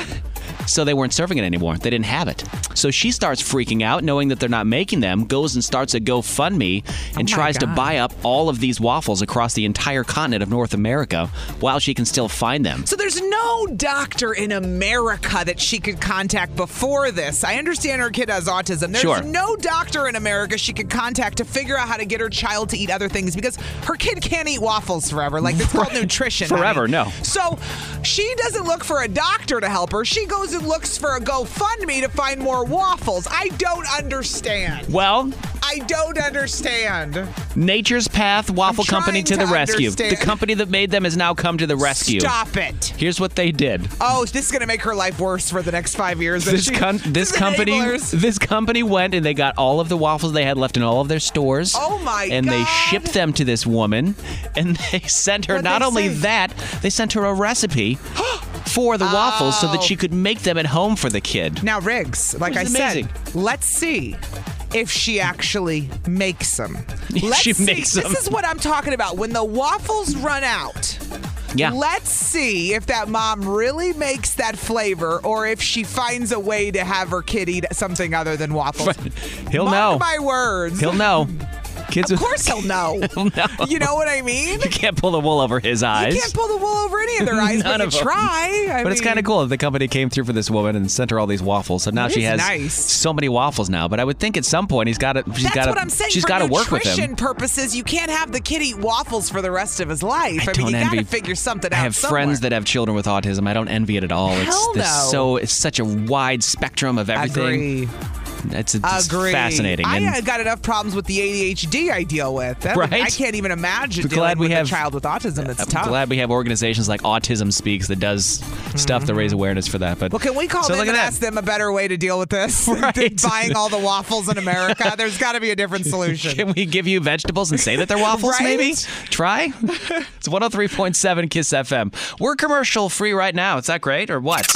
So they weren't serving it anymore. They didn't have it. So she starts freaking out, knowing that they're not making them, goes and starts a GoFundMe and Oh my tries God. to buy up all of these waffles across the entire continent of North America while she can still find them. So there's no doctor in America that she could contact before this. I understand her kid has autism. There's Sure. no doctor in America she could contact to figure out how to get her child to eat other things because her kid can't eat waffles forever. Like it's called nutrition. honey. Forever, no. So she doesn't look for a doctor to help her. She goes and looks for a GoFundMe to find more or waffles? I don't understand. Well, I don't understand. Nature's Path Waffle Company to the to rescue. The understand. company that made them has now come to the rescue. Stop it. Here's what they did. Oh, this is gonna make her life worse for the next five years. This, com- this company, this company went and they got all of the waffles they had left in all of their stores. Oh my And they shipped them to this woman, and they sent her. What'd not they only say? that, they sent her a recipe for the waffles so that she could make them at home for the kid. Oh. Now, Riggs, like I Which is amazing. said, let's see if she actually makes them. If Let's she see. makes them. This is what I'm talking about. When the waffles run out. Yeah. Let's see if that mom really makes that flavor or if she finds a way to have her kid eat something other than waffles. He'll Mark know. my words. He'll know. Kids, Of course he'll know. he'll know. You know what I mean? You can't pull the wool over his eyes. Can't pull the wool over any of their eyes, None but you of 'em. try. I but it's mean- kind of cool that the company came through for this woman and sent her all these waffles. So now It she is has nice. so many waffles now. But I would think at some point he's got to. She's That's got what I'm saying. to. She's For got to work with nutrition him. purposes, you can't have the kid eat waffles for the rest of his life. I, mean, don't you got to envy- figure something I out have somewhere. friends that have children with autism. I don't envy it at all. Hell it's this no. so it's such a wide spectrum of everything. Agree. It's, it's Agree. fascinating. I and- uh, got enough problems with the ADHD I deal with. That would- Right? I can't even imagine Glad dealing we with have- a child with autism. That's I'm tough. glad we have organizations like Autism Speaks that does stuff to raise awareness for that. But Mm-hmm. Well, can we call so them look at and that. ask them a better way to deal with this than buying all the waffles in America? There's got to be a different solution. Can we give you vegetables and say that they're waffles, Right? maybe? Try? It's 103.7 Kiss FM. We're commercial free right now. Is that great or what?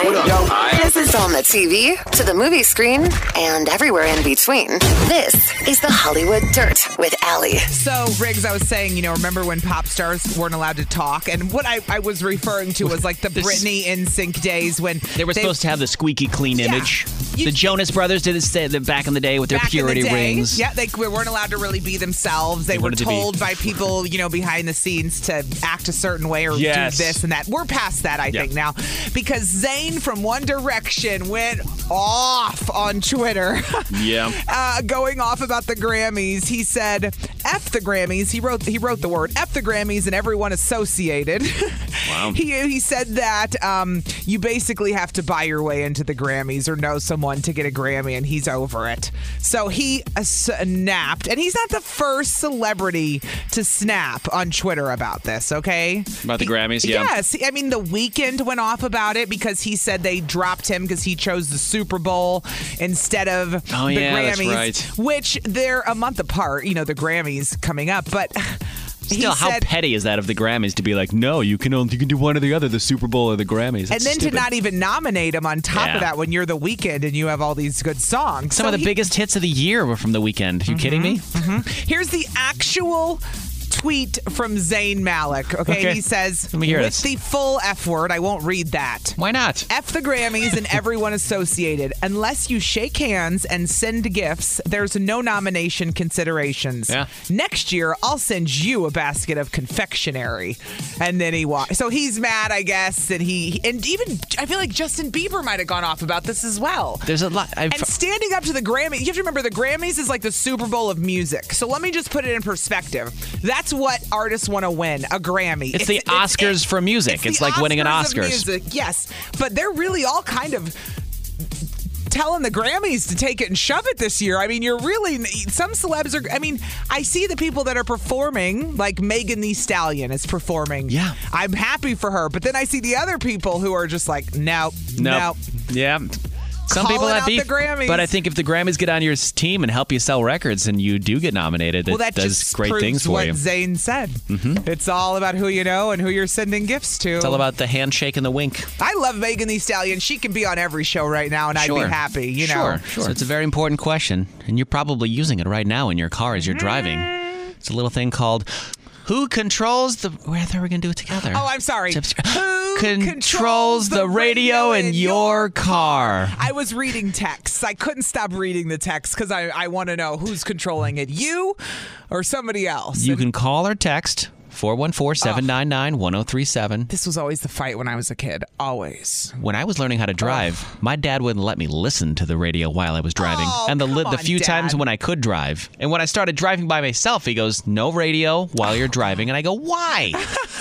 This is on the TV, to the movie screen, and everywhere in between. This is the Hollywood Dirt with Allie. So, Riggs, I was saying, you know, remember when pop stars weren't allowed to talk? And what I, I was referring to was like the This- Britney in sync days when They were supposed to have the squeaky clean image. You- the Jonas Brothers did this th- back in the day with their back in purity the day, rings. Yeah, they we weren't allowed to really be themselves. They, They were wanted to be- told by people, you know, behind the scenes to act a certain way or Yes. do this and that. We're past that, I Yeah. think, now. Because Zayn from One Direction went off on Twitter. Yeah. uh, going off about the Grammys, he said, "F the Grammys." He wrote he wrote the word "F the Grammys" and everyone associated. Wow. he he said that um, you basically have to buy your way into the Grammys or know someone to get a Grammy, and he's over it. So he uh, s- snapped, and he's not the first celebrity to snap on Twitter about this. Okay. About the Grammys, Yes, I mean the weekend went off about it because he said they dropped him because he chose the Super Bowl instead of Oh, the yeah, Grammys, that's right. which they're a month apart. You know, the Grammys coming up, but he Still, how said, petty is that of the Grammys to be like, no, you can only, you can do one or the other, the Super Bowl or the Grammys. and That's then stupid. to not even nominate him on top Yeah. of that when you're the weekend and you have all these good songs. some So of the he- biggest hits of the year were from the weekend. you kidding me? Mhm. Here's the actual tweet from Zayn Malik. Okay, Okay. he says, Let me hear with this. the full F word, I won't read that. Why not? F the Grammys and everyone associated. Unless you shake hands and send gifts, there's no nomination considerations. Yeah. Next year, I'll send you a basket of confectionery. And then he walks. So he's mad, I guess. And he, and even, I feel like Justin Bieber might have gone off about this as well. There's a lot. I've, And standing up to the Grammys, you have to remember the Grammys is like the Super Bowl of music. So let me just put it in perspective. That's what artists want to win a Grammy. it's, the Oscars for music. It's, the like winning an Oscars of Oscars. music, yes, but they're really all kind of telling the Grammys to take it and shove it this year. I mean, you're really some celebs are. I mean, I see the people that are performing, like Megan the Stallion is performing. Yeah, I'm happy for her, but then I see the other people who are just like, no, No. Yeah. Some people Calling have out beef, the Grammys. but I think if the Grammys get on your s- team and help you sell records, and you do get nominated, Well, it that does just great proves things for what you. Zayn said. Mhm. It's all about who you know and who you're sending gifts to. It's all about the handshake and the wink. I love Megan Thee Stallion. She can be on every show right now, and I'd Sure. be happy. You know, sure, sure. So it's a very important question, and you're probably using it right now in your car as you're driving. It's a little thing called "Who controls the?" Where I thought we were gonna do it together. Oh, I'm sorry. Who controls the radio in your car? I was reading texts. I couldn't stop reading the text because I, I want to know who's controlling it, you or somebody else. You can call or text 414-799-1037. This was always the fight when I was a kid, always. When I was learning how to drive, my dad wouldn't let me listen to the radio while I was driving. and the li- the Oh, on, few Dad. times when I could drive. And when I started driving by myself, he goes, "No radio while you're driving." And I go, "Why?"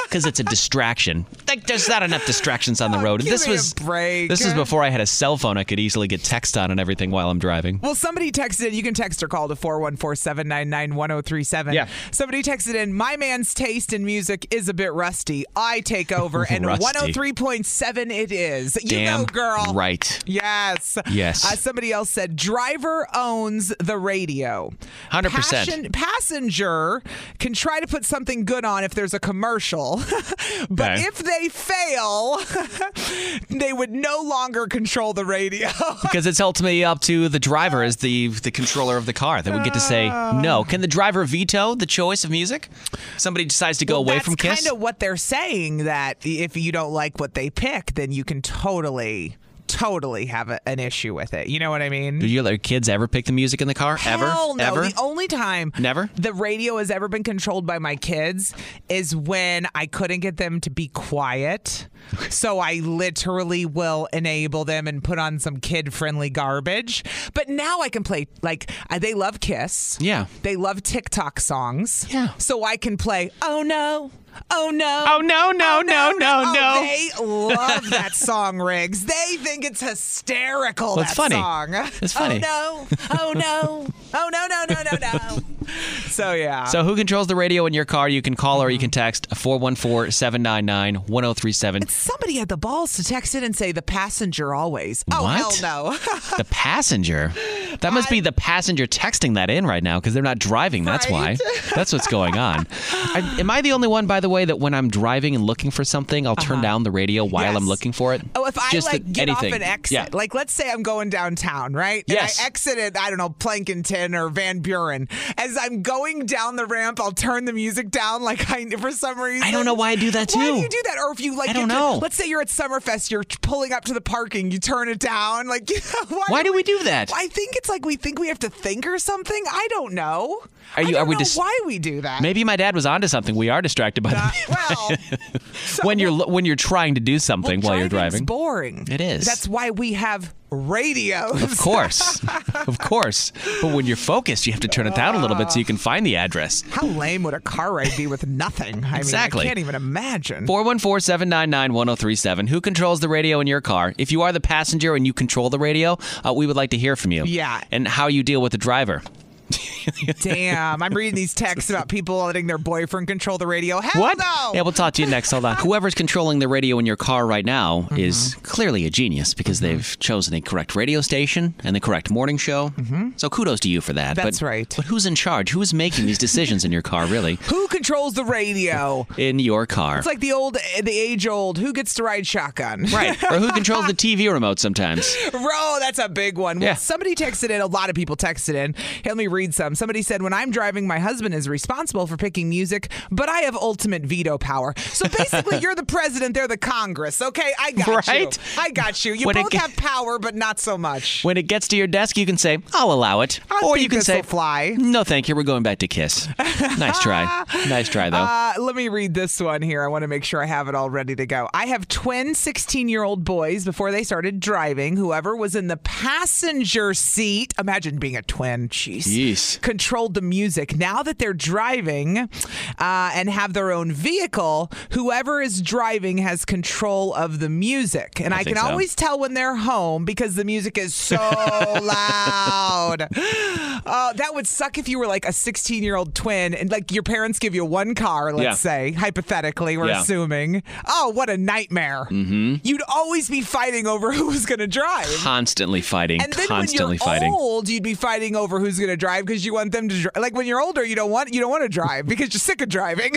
because it's a distraction. Like there's not enough distractions on the road. Oh, give this me a was break. this was before I had a cell phone. I could easily get text on and everything while I'm driving. Well, somebody texted in. You can text or call to 414 799 1037. Yeah. oh Somebody texted in, My man's taste in music is a bit rusty. I take over, and Rusty. 103.7 it is. You Damn go, girl. right. Yes. Yes. Uh, somebody else said, Driver owns the radio. 100%. Passion- passenger can try to put something good on if there's a commercial, but Okay. if they fail, they would no longer control the radio. Because it's ultimately up to the driver as the the controller of the car that would get to say no. Can the driver veto the choice of music? Somebody decides to go away That's from Kiss. kind of what they're saying that if you don't like what they pick, then you can totally, totally have a, an issue with it. You know what I mean? Do you let your kids ever pick the music in the car? Hell ever? no. Ever? The only time Never? the radio has ever been controlled by my kids is when I couldn't get them to be quiet. So I literally will enable them and put on some kid friendly garbage. But now I can play, like, I- they love Kiss. Yeah. They love TikTok songs. Yeah. So I can play, oh no. Oh no. Oh no, no, no, Oh, no, no. They love that song, Riggs. They think it's hysterical. Well, it's that funny. song. It's funny. Oh no. Oh no. Oh no, no, no, no, no. so yeah. So who controls the radio in your car? You can call Mm-hmm. or you can text 414-799-1037. somebody had the balls to text it and say the passenger always. Oh What? hell no. The passenger. That must be the passenger texting that in right now because they're not driving. That's why. That's what's going on. I, am I the only one, by the way, that when I'm driving and looking for something, I'll turn down the radio while I'm looking for it? Uh-huh. Oh, if I Just like the- get anything. off and exit, Yeah. like let's say I'm going downtown, right? Yes. And I exited, I don't know, Plankinton or Van Buren. As I'm going down the ramp, I'll turn the music down, like I for some reason. I don't know why I do that too. Why do you do that? Or if you like, I don't get to- know. let's say you're at Summerfest, you're pulling up to the parking, you turn it down, like why, Why do we do that? I think it's like we think we have to think or something. I don't know. Are you- I don't are we know dis- why we do that? Maybe my dad was onto something. We are distracted by the well, when you're when you're trying to do something while you're Driving's driving. boring. It is. That's why we have radios. Of course. of course. But when you're focused, you have to turn it down a little bit so you can find the address. How lame would a car ride be with nothing? I Exactly. Mean, I can't even imagine. 414 799 1037. Who controls the radio in your car? If you are the passenger and you control the radio, uh, we would like to hear from you. Yeah. And how you deal with the driver. Damn, I'm reading these texts about people letting their boyfriend control the radio. Hell what? no! Yeah, we'll talk to you next. Hold on. Whoever's controlling the radio in your car right now Mm-hmm. is clearly a genius because they've chosen the correct radio station and the correct morning show. So kudos to you for that. Mm-hmm. That's but, right. But who's in charge? Who's making these decisions in your car, really? Who controls the radio? In your car. It's like the old, the age old. Who gets to ride shotgun? right. Or who controls the TV remote sometimes? Bro, that's a big one. Well, Yeah. Somebody texted in. A lot of people texted in. Here, let me read some. Somebody said, "When I'm driving, my husband is responsible for picking music, but I have ultimate veto power." So basically, you're the president. They're the Congress. Okay, I got Right? you. I got you. You When it both ge- have power, but not so much. When it gets to your desk, you can say, "I'll allow it," I or think you can say, this'll "Fly." No, thank you. We're going back to Kiss. nice try. Nice try, though. Uh, let me read this one here. I want to make sure I have it all ready to go. I have twin 16 year old boys before they started driving. Whoever was in the passenger seat, imagine being a twin, jeez, controlled the music. Now that they're driving uh, and have their own vehicle, whoever is driving has control of the music. And I I, can think so. always tell when they're home because the music is so loud. Uh, that would suck if you were like a 16 year old twin and like your parents give you one car, let's Yeah. say, hypothetically, we're Yeah. assuming. Oh, what a nightmare. Mm-hmm. You'd always be fighting over who was going to drive. Constantly fighting. And then when constantly you're fighting. old, you'd be fighting over who's going to drive because you want them to drive. Like when you're older, you don't want you don't want to drive because you're sick of driving.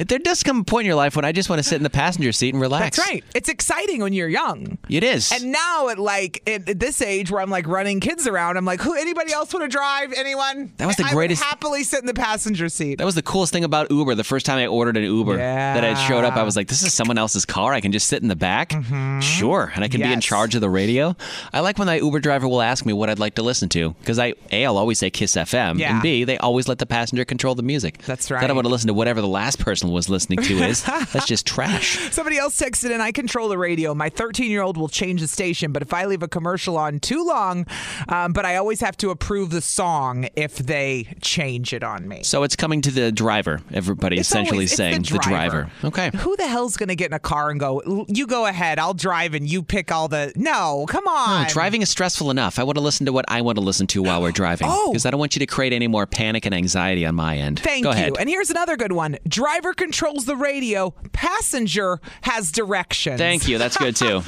There does come a point in your life when I just want to sit in the passenger seat and relax. That's right. It's exciting when you're young. It is. And now at like at, at this age where I'm like running kids around, I'm like, who anybody else want to drive? Anyone? That was the I would greatest- happily sit in the passenger seat. that was the coolest thing about Uber. The first time I ordered an Uber that I showed up, I was like, "This is someone else's car. I can just sit in the back, Mm-hmm. sure, and I can be in charge of the radio." I like when my Uber driver will ask me what I'd like to listen to because I a I'll always say Kiss FM. Yeah. And B, they always let the passenger control the music. That's right. Then I want to listen to whatever the last person was listening to is. That's just trash. Somebody else texted and I control the radio. My 13 year old will change the station, but if I leave a commercial on too long, um, but I always have to approve the song if they change it on me. So it's coming to the driver, everybody essentially It's saying the driver. driver. Okay. Who the hell's going to get in a car and go, "L- you go ahead, I'll drive and you pick all the. No, come on. No, driving is stressful enough. I want to listen to what I want to listen to while we're driving. Oh. Because I don't want you to create any more panic and anxiety on my end. Thank Go you. Ahead. And here's another good one driver controls the radio, passenger has directions. Thank you. That's good too.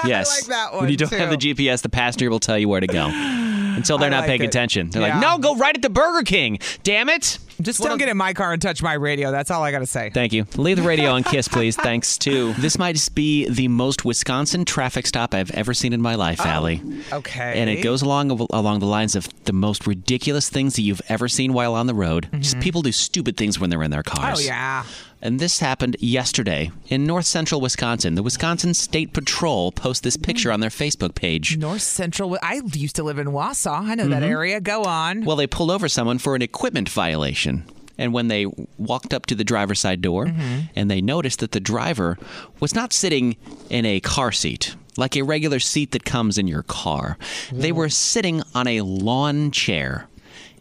like Yes. that When you one, don't have the GPS, the passenger will tell you where to go until they're I not like paying it. attention. They're Yeah. like, no, go right at the Burger King. Damn it. Just don't get in my car and touch my radio. That's all I got to say. Thank you. Leave the radio on kiss, please. Thanks to this might just be the most Wisconsin traffic stop I've ever seen in my life, Allie. Oh, Okay. And it goes along along the lines of the most ridiculous things that you've ever seen while on the road. Just people do stupid things when they're in their cars. Mm-hmm. Oh, yeah. And this happened yesterday in north central Wisconsin. The Wisconsin State Patrol posted Mm-hmm. this picture on their Facebook page. North Central. I used to live in Wausau. I know that Mhm. area. Go on. Well, they pulled over someone for an equipment violation. And when they walked up to the driver's side door Mhm. and they noticed that the driver was not sitting in a car seat, like a regular seat that comes in your car, they were sitting on a lawn chair.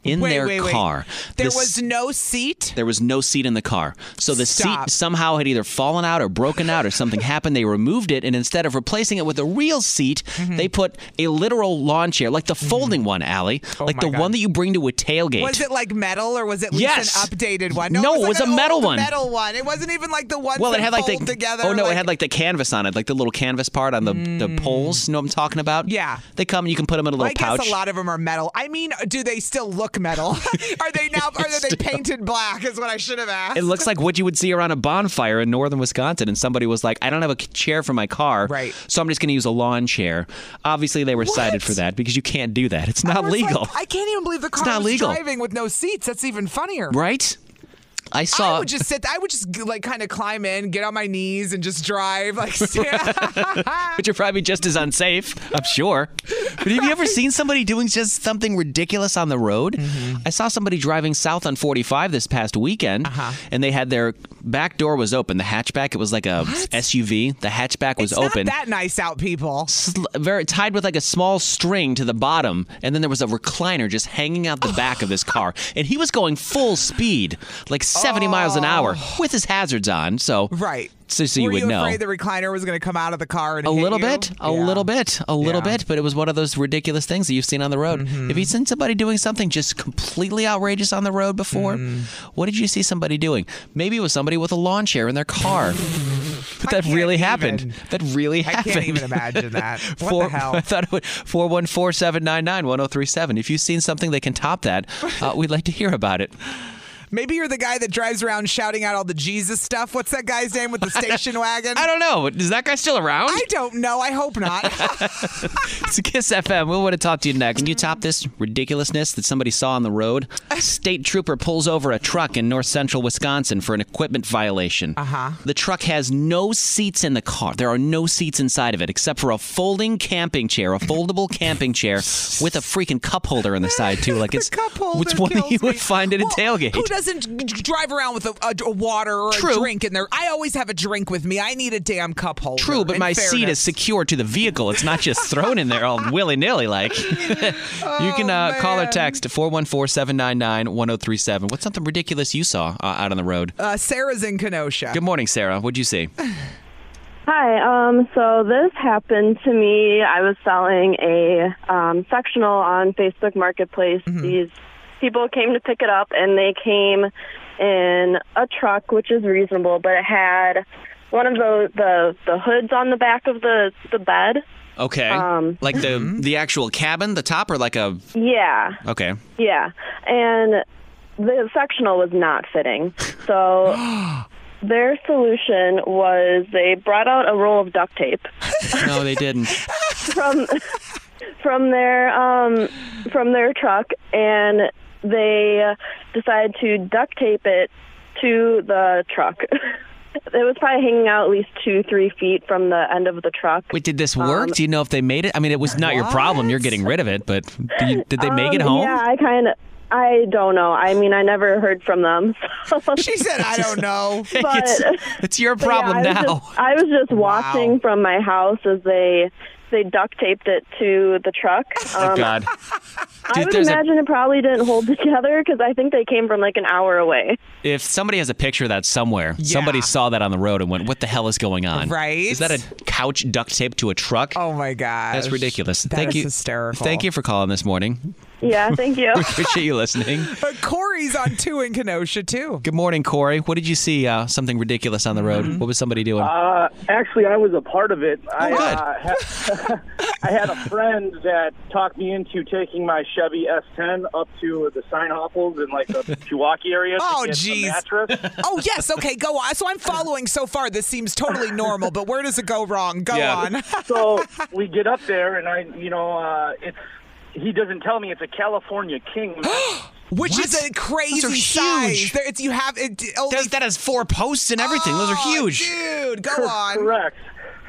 In Wait, their wait, wait. car, There This- was no seat. there was no seat in the car. So the Stop. seat somehow had either fallen out or broken out or something happened. They removed it and instead of replacing it with a real seat, Mm-hmm. they put a literal lawn chair, like the folding one, Allie, like Oh my the God. one that you bring to a tailgate. Was it like metal or was it at least Yes. an updated one? No, it like was an a metal old one. Metal one. It wasn't even like the ones well, that it had like the fold together. oh no, like, Mm. it had like the canvas on it, like the little canvas part on the, the poles. You know what I'm talking about? Yeah, they come and you can put them in a Well, little I pouch. guess a lot of them are metal. I mean, do they still look metal? are they now? Are they painted black? Is what I should have asked. It looks like what you would see around a bonfire in northern Wisconsin, and somebody was like, "I don't have a chair for my car, right? So I'm just going to use a lawn chair." Obviously, they were cited for that because you can't do that; it's not legal, I can't even believe the car not was legal. driving with no seats. That's even funnier, right? I saw. I would just sit. I would just like kind of climb in, get on my knees, and just drive. Like, stand- which are probably just as unsafe, I'm sure. But have you ever seen somebody doing just something ridiculous on the road? Mm-hmm. I saw somebody driving south on 45 this past weekend, Uh-huh. and they had their back door was open. The hatchback, it was like a SUV. The hatchback was it's open. not that nice out, people. Sl- very tied with like a small string to the bottom, and then there was a recliner just hanging out the back of this car, and he was going full speed, like 70 miles an hour, with his hazards on. So Oh. right, so, so you Were would you know afraid the recliner was going to come out of the car and a hit little you? bit, a little bit, a little bit, but it was one of those ridiculous things that you've seen on the road. Mm-hmm. Have you seen somebody doing something just completely outrageous on the road before? Mm-hmm. What did you see somebody doing? Maybe it was somebody with a lawn chair in their car. But that really happened. That really I can't happened. even imagine that. What Four- the hell? I thought it would 414 799 1037. If you've seen something that can top that, uh, we'd like to hear about it. Maybe you're the guy that drives around shouting out all the Jesus stuff. What's that guy's name with the station wagon? I don't know. Is that guy still around? I don't know. I hope not. it's Kiss FM. We want to talk to you next. Can you top this ridiculousness that somebody saw on the road? A state trooper pulls over a truck in north central Wisconsin for an equipment violation. Uh Uh-huh. huh. The truck has no seats in the car. There are no seats inside of it except for a folding camping chair, a foldable camping chair with a freaking cup holder on the side, too. Like it's, cup holder it's one that you kills would find at a tailgate. Who doesn't g- g- drive around with a, a- a water or a True. drink in there? I always have a drink with me. I need a damn cup holder. True, but in my seat fairness. is secure to the vehicle. It's not just thrown in there all willy nilly. Like you can uh, Oh, call or text to 414-799-1037. What's something ridiculous you saw uh, out on the road? Uh, Sarah's in Kenosha. Good morning, Sarah. What'd you see? Hi. Um, so this happened to me. I was selling a um, sectional on Facebook Marketplace. These people came to pick it up, and they came in a truck, which is reasonable, but it had one of the the, the hoods on the back of the the bed. Okay, Um, like the Mm-hmm. the actual cabin, the top, or like a Yeah. okay. Yeah, and the sectional was not fitting. So their solution was they brought out a roll of duct tape No, they didn't. from from their um, from their truck, and they decided to duct tape it to the truck. it was probably hanging out at least two, three feet from the end of the truck. Wait, did this work? Um, Do you know if they made it? I mean, it was not your problem. You're getting rid of it, but do you- did they make it Um, home? Yeah, I kind of. I don't know. I mean, I never heard from them. she said, "I don't know." But it's your but yeah, problem I was now. just- I was just watching from my house as they they duct taped it to the truck. Oh, Um, God. I Dude, would there's a- imagine it probably didn't hold together because I think they came from like an hour away. If somebody has a picture of that somewhere, somebody saw that on the road and went, "What the hell is going on?" Right? Is that a couch duct taped to a truck? Oh my god, that's ridiculous. That thank is you, hysterical. Thank you for calling this morning. Yeah, thank you. Appreciate you listening. But Corey's on two in Kenosha too. Good morning, Corey. What did you see? Uh, something ridiculous on the road? Mm-hmm. What was somebody doing? Oh, Uh, actually, I was a part of it. I, uh, had, I had a friend that talked me into taking my Chevy S10 up to the Seinhoffels in like the Pewaukee area. to Oh get a jeez. mattress. Oh yes. Okay, go on. So I'm following so far. This seems totally normal, but where does it go wrong? Go Yeah. on. so we get up there, and I, you know, uh, it's he doesn't tell me it's a California King. Which is a crazy Those are size. huge. There, it's, you have it, only that has four posts and everything. Those Oh, are huge. Dude, go on. Correct.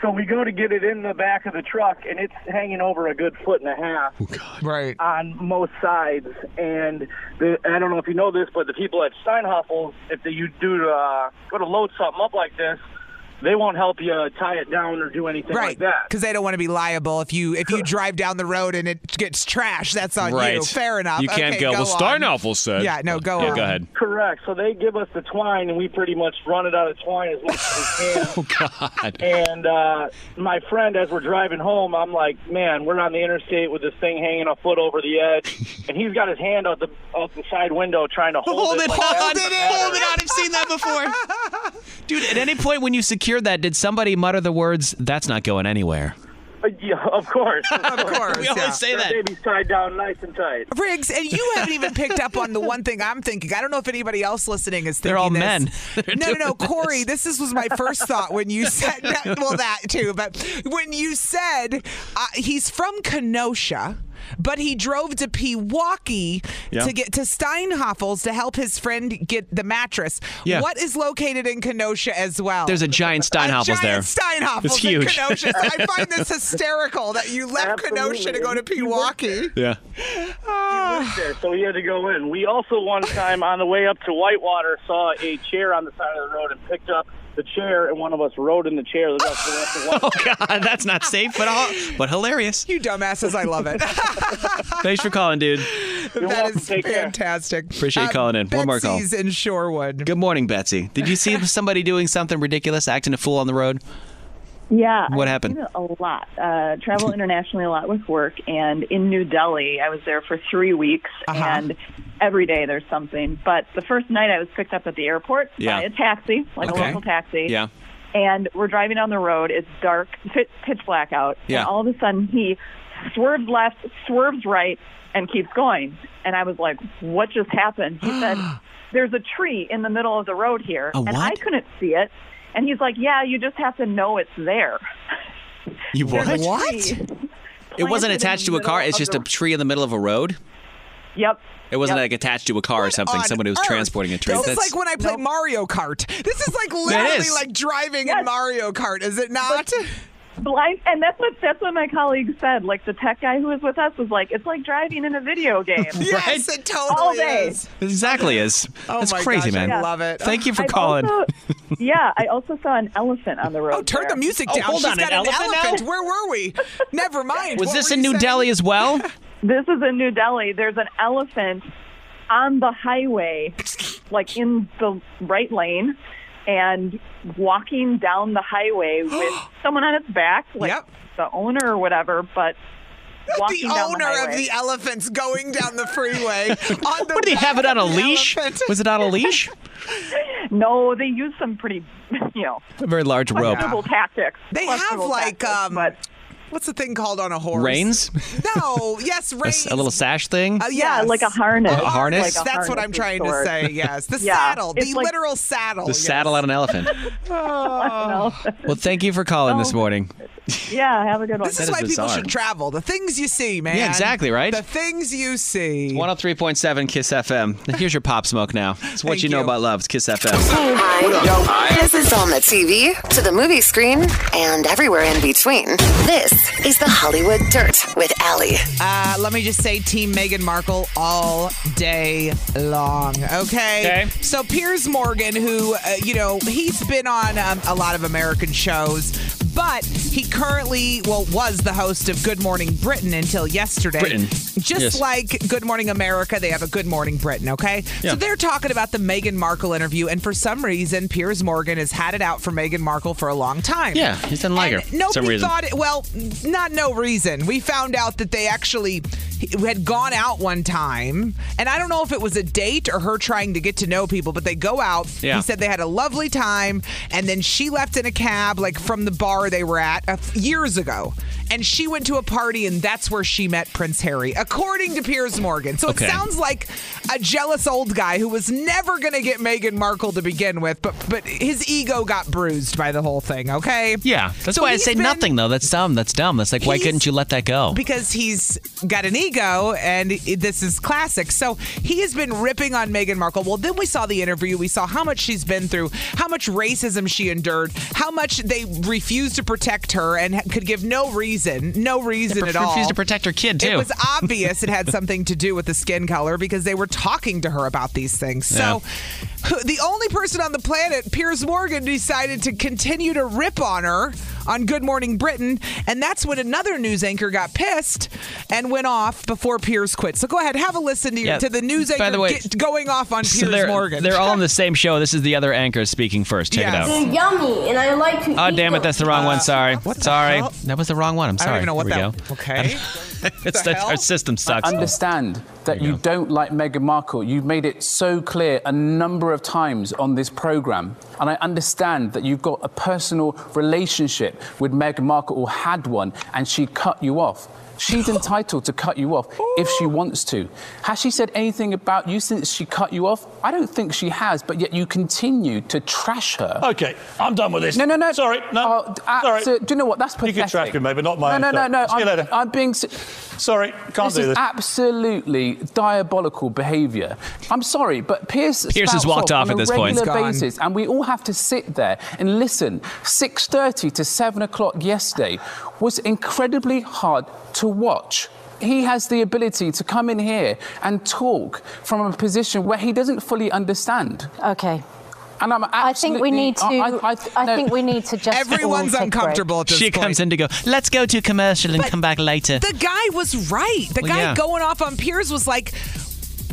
So we go to get it in the back of the truck, and it's hanging over a good foot and a half. Right. On most sides, and the, I don't know if you know this, but the people at Steinhoffels, if they, you do uh, go to load something up like this, they won't help you uh, tie it down or do anything like Right, that. because they don't want to be liable if you if you drive down the road and it gets trashed. That's on you. Right. Fair enough. You can't okay, go, "Well, on." Steinhoffel said." Yeah, no, go Yeah, on. go ahead. Correct. So they give us the twine, and we pretty much run it out of twine as much as we can. Oh God. And uh, my friend, as we're driving home, I'm like, "Man, we're on the interstate with this thing hanging a foot over the edge," and he's got his hand out the out the side window trying to hold, Hold it. it like on, that. hold it on. I've seen that before. Dude, at any point when you secured that, did somebody mutter the words, "That's not going anywhere"? Uh, yeah, of course, of course. We always say that. Baby's tied down nice and tight. Riggs, and you haven't even picked up on the one thing I'm thinking. I don't know if anybody else listening is thinking. They're all this. men. They're no, no, no, doing this. Corey. This is, was my first thought when you said that. Well, that too, but when you said uh, he's from Kenosha. But he drove to Pewaukee Yeah. to get to Steinhoffels to help his friend get the mattress. Yeah. What is located in Kenosha as well? There's a giant Steinhoffels giant there. Steinhoffels It's huge. in Kenosha. So I find this hysterical that you left Kenosha to go to Pewaukee. Yeah. there, so he had to go in. We also one time on the way up to Whitewater saw a chair on the side of the road and picked up the chair, and one of us rode in the chair. The rest of us Oh God, that's not safe, but all, but hilarious. You dumbasses, I love it. Thanks for calling, dude. that is fantastic. Appreciate you Uh, calling in. One more call. Betsy's in Shorewood. Good morning, Betsy. Did you see somebody doing something ridiculous, acting a fool on the road? Yeah. What I happened? did it A lot. Uh, travel internationally a lot with work, and in New Delhi, I was there for three weeks, Uh-huh. and every day there's something. But the first night, I was picked up at the airport Yeah. by a taxi, like Okay. a local taxi. Yeah. And we're driving down the road. It's dark, pitch, pitch black out. Yeah. And all of a sudden, he swerves left, swerves right, and keeps going. And I was like, "What just happened?" He said, "There's a tree in the middle of the road here," A and I what? couldn't see it. And he's like, "Yeah, you just have to know it's there." You There's a what? tree. It wasn't planted attached in to the a car. middle It's of just the- a tree in the middle of a road. Yep. It wasn't like attached to a car or something. Somebody was transporting a tree. This is That's- like when I play Mario Kart. This is like is. literally like driving in Mario Kart, is it not? Blind, and that's what that's what my colleague said. Like the tech guy who was with us was like, "It's like driving in a video game." Yes, it totally All day. is. It exactly is. Oh That's my crazy, gosh, I man. love it. Thank you for I've calling. also- yeah, I also saw an elephant on the road. Oh, Turn the music down. She's got an elephant. Where were we? Never mind. Was What this were in you New saying? Delhi as well? This is in New Delhi. There's an elephant on the highway, like in the right lane, and walking down the highway with someone on its back, like the owner or whatever, but walking The down the owner highway. of the elephants going down the freeway. on the What did he have it on a back of the leash? elephant. Was it on a leash? no, they use some pretty, you know, A very large rope. questionable tactics. They have Questionable like um, what's the thing called on a horse? Reins? No, yes, A, reins. s- a little sash thing? Uh, yes. like a harness. A harness? That's what I'm trying to say. Yes, the Yeah, saddle, it's the like- literal saddle. The saddle on an elephant. Oh. Well, thank you for calling this morning. Yeah, have a good one. This is why people should travel. The things you see, man. Yeah, exactly, right? The things you see. 103.7 Kiss FM. Here's your pop smoke now. It's what you, know about love. It's Kiss FM. This is on the TV, to the movie screen, and everywhere in between. This is the Hollywood Dirt with Allie. Uh, let me just say, Team Meghan Markle all day long. Okay. So Piers Morgan, who uh, you know, he's been on um, a lot of American shows. But he currently, well, was the host of Good Morning Britain until yesterday. Britain. Just Yes. like Good Morning America, they have a Good Morning Britain, okay? Yeah. So they're talking about the Meghan Markle interview, and for some reason, Piers Morgan has had it out for Meghan Markle for a long time. Yeah, he doesn't like her. for Nobody some reason. thought it. Well, not no reason. We found out that they actually had gone out one time, and I don't know if it was a date or her trying to get to know people, but they go out. Yeah. He said they had a lovely time, and then she left in a cab, like from the bar they were at uh, years ago, and she went to a party, and that's where she met Prince Harry, according to Piers Morgan. So Okay. it sounds like a jealous old guy who was never going to get Meghan Markle to begin with, but but his ego got bruised by the whole thing. Okay. Yeah, that's So why I he's say been- nothing though. That's dumb. That's dumb. That's like why He's- couldn't you let that go? Because he's got an ego, and i- this is classic. So he has been ripping on Meghan Markle. Well, then we saw the interview. We saw how much she's been through, how much racism she endured, how much they refused to protect her and ha- could give no reason, no reason They at all. refused to protect her kid, It too. was obvious it had something to do with the skin color because they were talking to her about these things. So the only person on the planet, Piers Morgan, decided to continue to rip on her on Good Morning Britain. And that's when another news anchor got pissed and went off before Piers quit. So go ahead, have a listen to, your Yeah, to the news by anchor the way, get- going off on So Piers they're, Morgan. they're all on the same show. This is the other anchor speaking first. Check Yes. Uh, it out. yummy, and I like to Oh damn it! That's the wrong one. Sorry. sorry. That was the wrong one. I'm I don't sorry. even know what Here we that- go. okay. it's that's our system sucks. I understand that you, don't like Meghan Markle. You've made it so clear a number of times on this program, and I understand that you've got a personal relationship with Meghan Markle or had one, and she cut you off. She's entitled to cut you off if she wants to. Has she said anything about you since she cut you off? I don't think she has, but yet you continue to trash her. Okay, I'm done with this. No, no, no. Sorry, no. Sorry. do you know what? That's pathetic. You could trash me, maybe not No, my. no, no, no. See you I'm- later. I'm being. Se- Sorry, can't this do is this. absolutely diabolical behaviour. I'm sorry, but Pierce. Pierce has spouts walked off on at a this point. regular He's gone. basis, and we all have to sit there and listen. 6:30 to 7 o'clock yesterday was incredibly hard to watch. He has the ability to come in here and talk from a position where he doesn't fully understand. Okay. And I'm I think we absolutely- need to. I, no. think we need to just. all take breaks. she comes in to go. Let's go to commercial and But come back later. The guy was right. The Well, guy yeah. going off on Piers was like,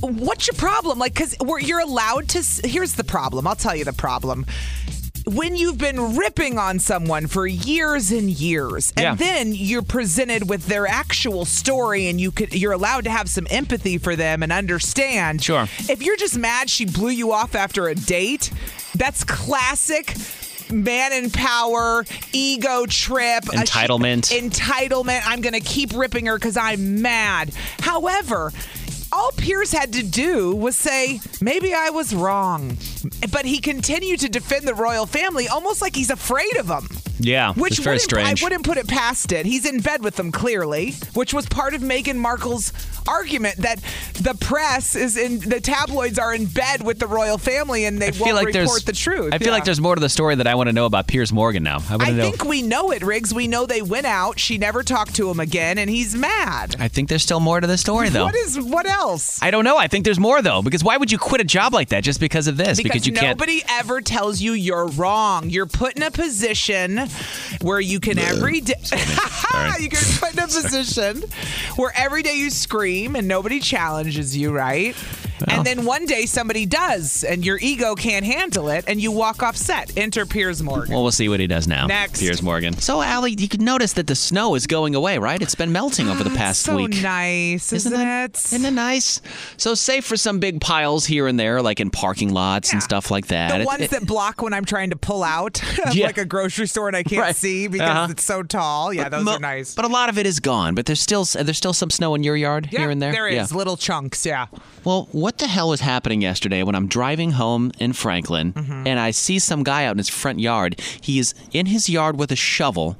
"What's your problem?" Like, because you're allowed to. s- Here's the problem. I'll tell you the problem. When you've been ripping on someone for years and years, and Yeah. then you're presented with their actual story, and you could you're allowed to have some empathy for them and understand. Sure. If you're just mad she blew you off after a date, that's classic man in power ego trip a sh- Entitlement. entitlement. I'm going to keep ripping her because I'm mad. However, all Pierce had to do was say, maybe I was wrong. But he continued to defend the royal family almost like he's afraid of them. yeah, Which it's very wouldn't- strange. I wouldn't put it past it. He's in bed with them clearly, which was part of Meghan Markle's argument that the press is in the tabloids are in bed with the royal family and they I won't feel like there's. report the truth. I feel Yeah. like there's more to the story that I want to know about Piers Morgan now. I want to I know. think we know it, Riggs. We know they went out. She never talked to him again, and he's mad. I think there's still more to the story though. What is what else? I don't know. I think there's more though, because why would you quit a job like that just because of this? Because, you can't. nobody ever tells you you're wrong. You're put in a position where you can every day. Sorry. you can put in a position where every day you scream and nobody challenges you, right? And then one day somebody does, and your ego can't handle it, and you walk off set. Enter Piers Morgan. Well, we'll see what he does now. Next. Piers Morgan. So, Allie, you can notice that the snow is going away, right? It's been melting over the past so week. nice, isn't, it? Isn't it nice? So, save for some big piles here and there, like in parking lots and stuff like that. The It- ones it- that block when I'm trying to pull out of Yeah. like a grocery store and I can't Right. see because Uh-huh. it's so tall. Yeah, those mo- are nice. But a lot of it is gone. But there's still there's still some snow in your yard Yeah, here and there. there is little chunks. Yeah. Well, what the hell was happening yesterday when I'm driving home Mm-hmm. in Franklin and I see some guy out in his front yard? He is in his yard with a shovel.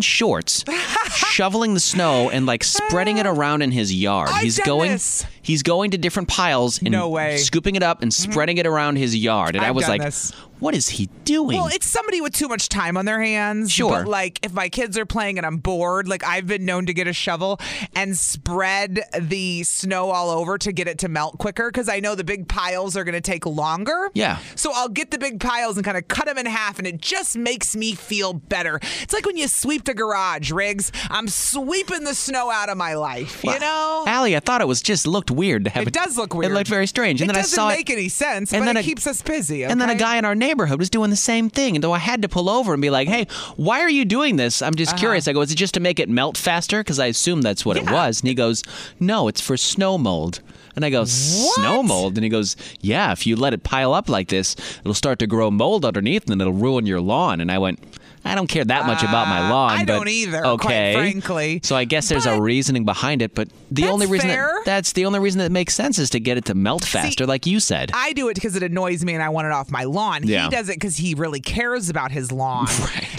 shorts, shoveling the snow and like spreading it around in his yard. he's going he's going to different piles and No way. Mm-hmm. scooping it up and spreading it around his yard. And i I've was done like, this. what is he doing? Well, it's somebody with too much time on their hands. Sure. But like if my kids are playing and I'm bored, like I've been known to get a shovel and spread the snow all over to get it to melt quicker because I know the big piles are going to take longer. Yeah. So I'll get the big piles and kind of cut them in half, and it just makes me feel better. It's like when you sweep the garage, Riggs. I'm sweeping the snow out of my life, you know? Allie, I thought it was just looked weird to have It does look weird. It looked very strange. And it then I doesn't saw make any sense, and but then it a- keeps us busy. And then a okay? guy in our neighborhood was doing the same thing. And though I had to pull over and be like, hey, why are you doing this? I'm Uh-huh. just curious. I go, is it just to make it melt faster? Because I assume that's what it was. And he goes, no, it's for snow mold. And I go, snow mold? And he goes, yeah, if you let it pile up like this, it'll start to grow mold underneath and it'll ruin your lawn. And I went, I don't care that much about my lawn. Uh, I but don't either, quite Okay. frankly. So I guess there's a reasoning behind it, but the only reason that- fair. that's the only reason that makes sense is to get it to melt faster, like you said. I do it because it annoys me and I want it off my lawn. Yeah. He does it because he really cares about his lawn.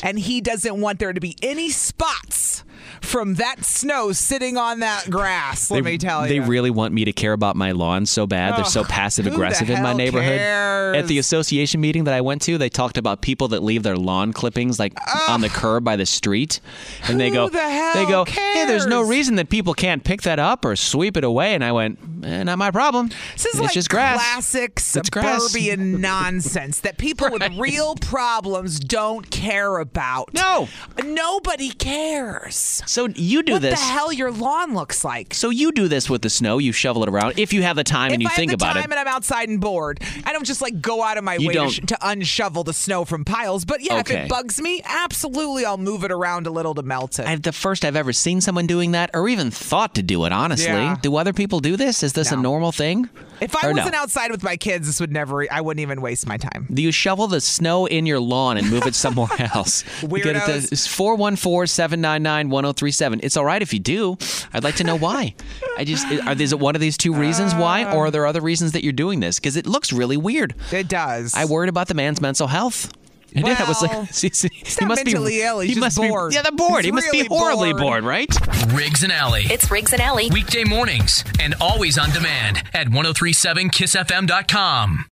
And he doesn't want there to be any spots from that snow sitting on that grass, let they, me tell they you. really want me to care about my lawn so bad. They're so Ugh, passive Oh, who the aggressive in my hell neighborhood. At the cares? association meeting that I went to, they talked about people that leave their lawn clippings like on the curb by the street, and they go, the hell they go, hey, there's no reason that people can't pick that up or sweep it away. And I went, eh, not my problem. This is it's like just grass. classic It's grass. suburban nonsense that people with real problems don't care about. No. Nobody cares. So you do what this. the hell your lawn looks like. So you do this with the snow. You shovel it around if you have the time and you if think I have the about time it. and I'm outside and bored, I don't just like go out of my You way don't- to, sh- to unshovel the snow from piles. But yeah, if Okay. it bugs me, absolutely, I'll move it around a little to melt it. I, the first I've ever seen someone doing that or even thought to do it, honestly. Yeah. Do other people do this? Is this a normal thing? if I Or no? wasn't outside with my kids, this would never. I wouldn't even waste my time. Do you shovel the snow in your lawn and move it somewhere else? Weirdos. It's 414 799 1037. It's all right if you do. I'd like to know why. I just, are, is it one of these two reasons why, or are there other reasons that you're doing this? Because it looks really weird. It does. I worried about the man's mental health. I did. I was Well, like, see, see, he not must mentally be ill. He's he just must bored. Be, yeah, the bored. He's he must really be horribly bored. bored, right? Riggs and Alley. It's Riggs and Alley. oh Um, Weekday mornings and always on demand at 1037kissfm.com.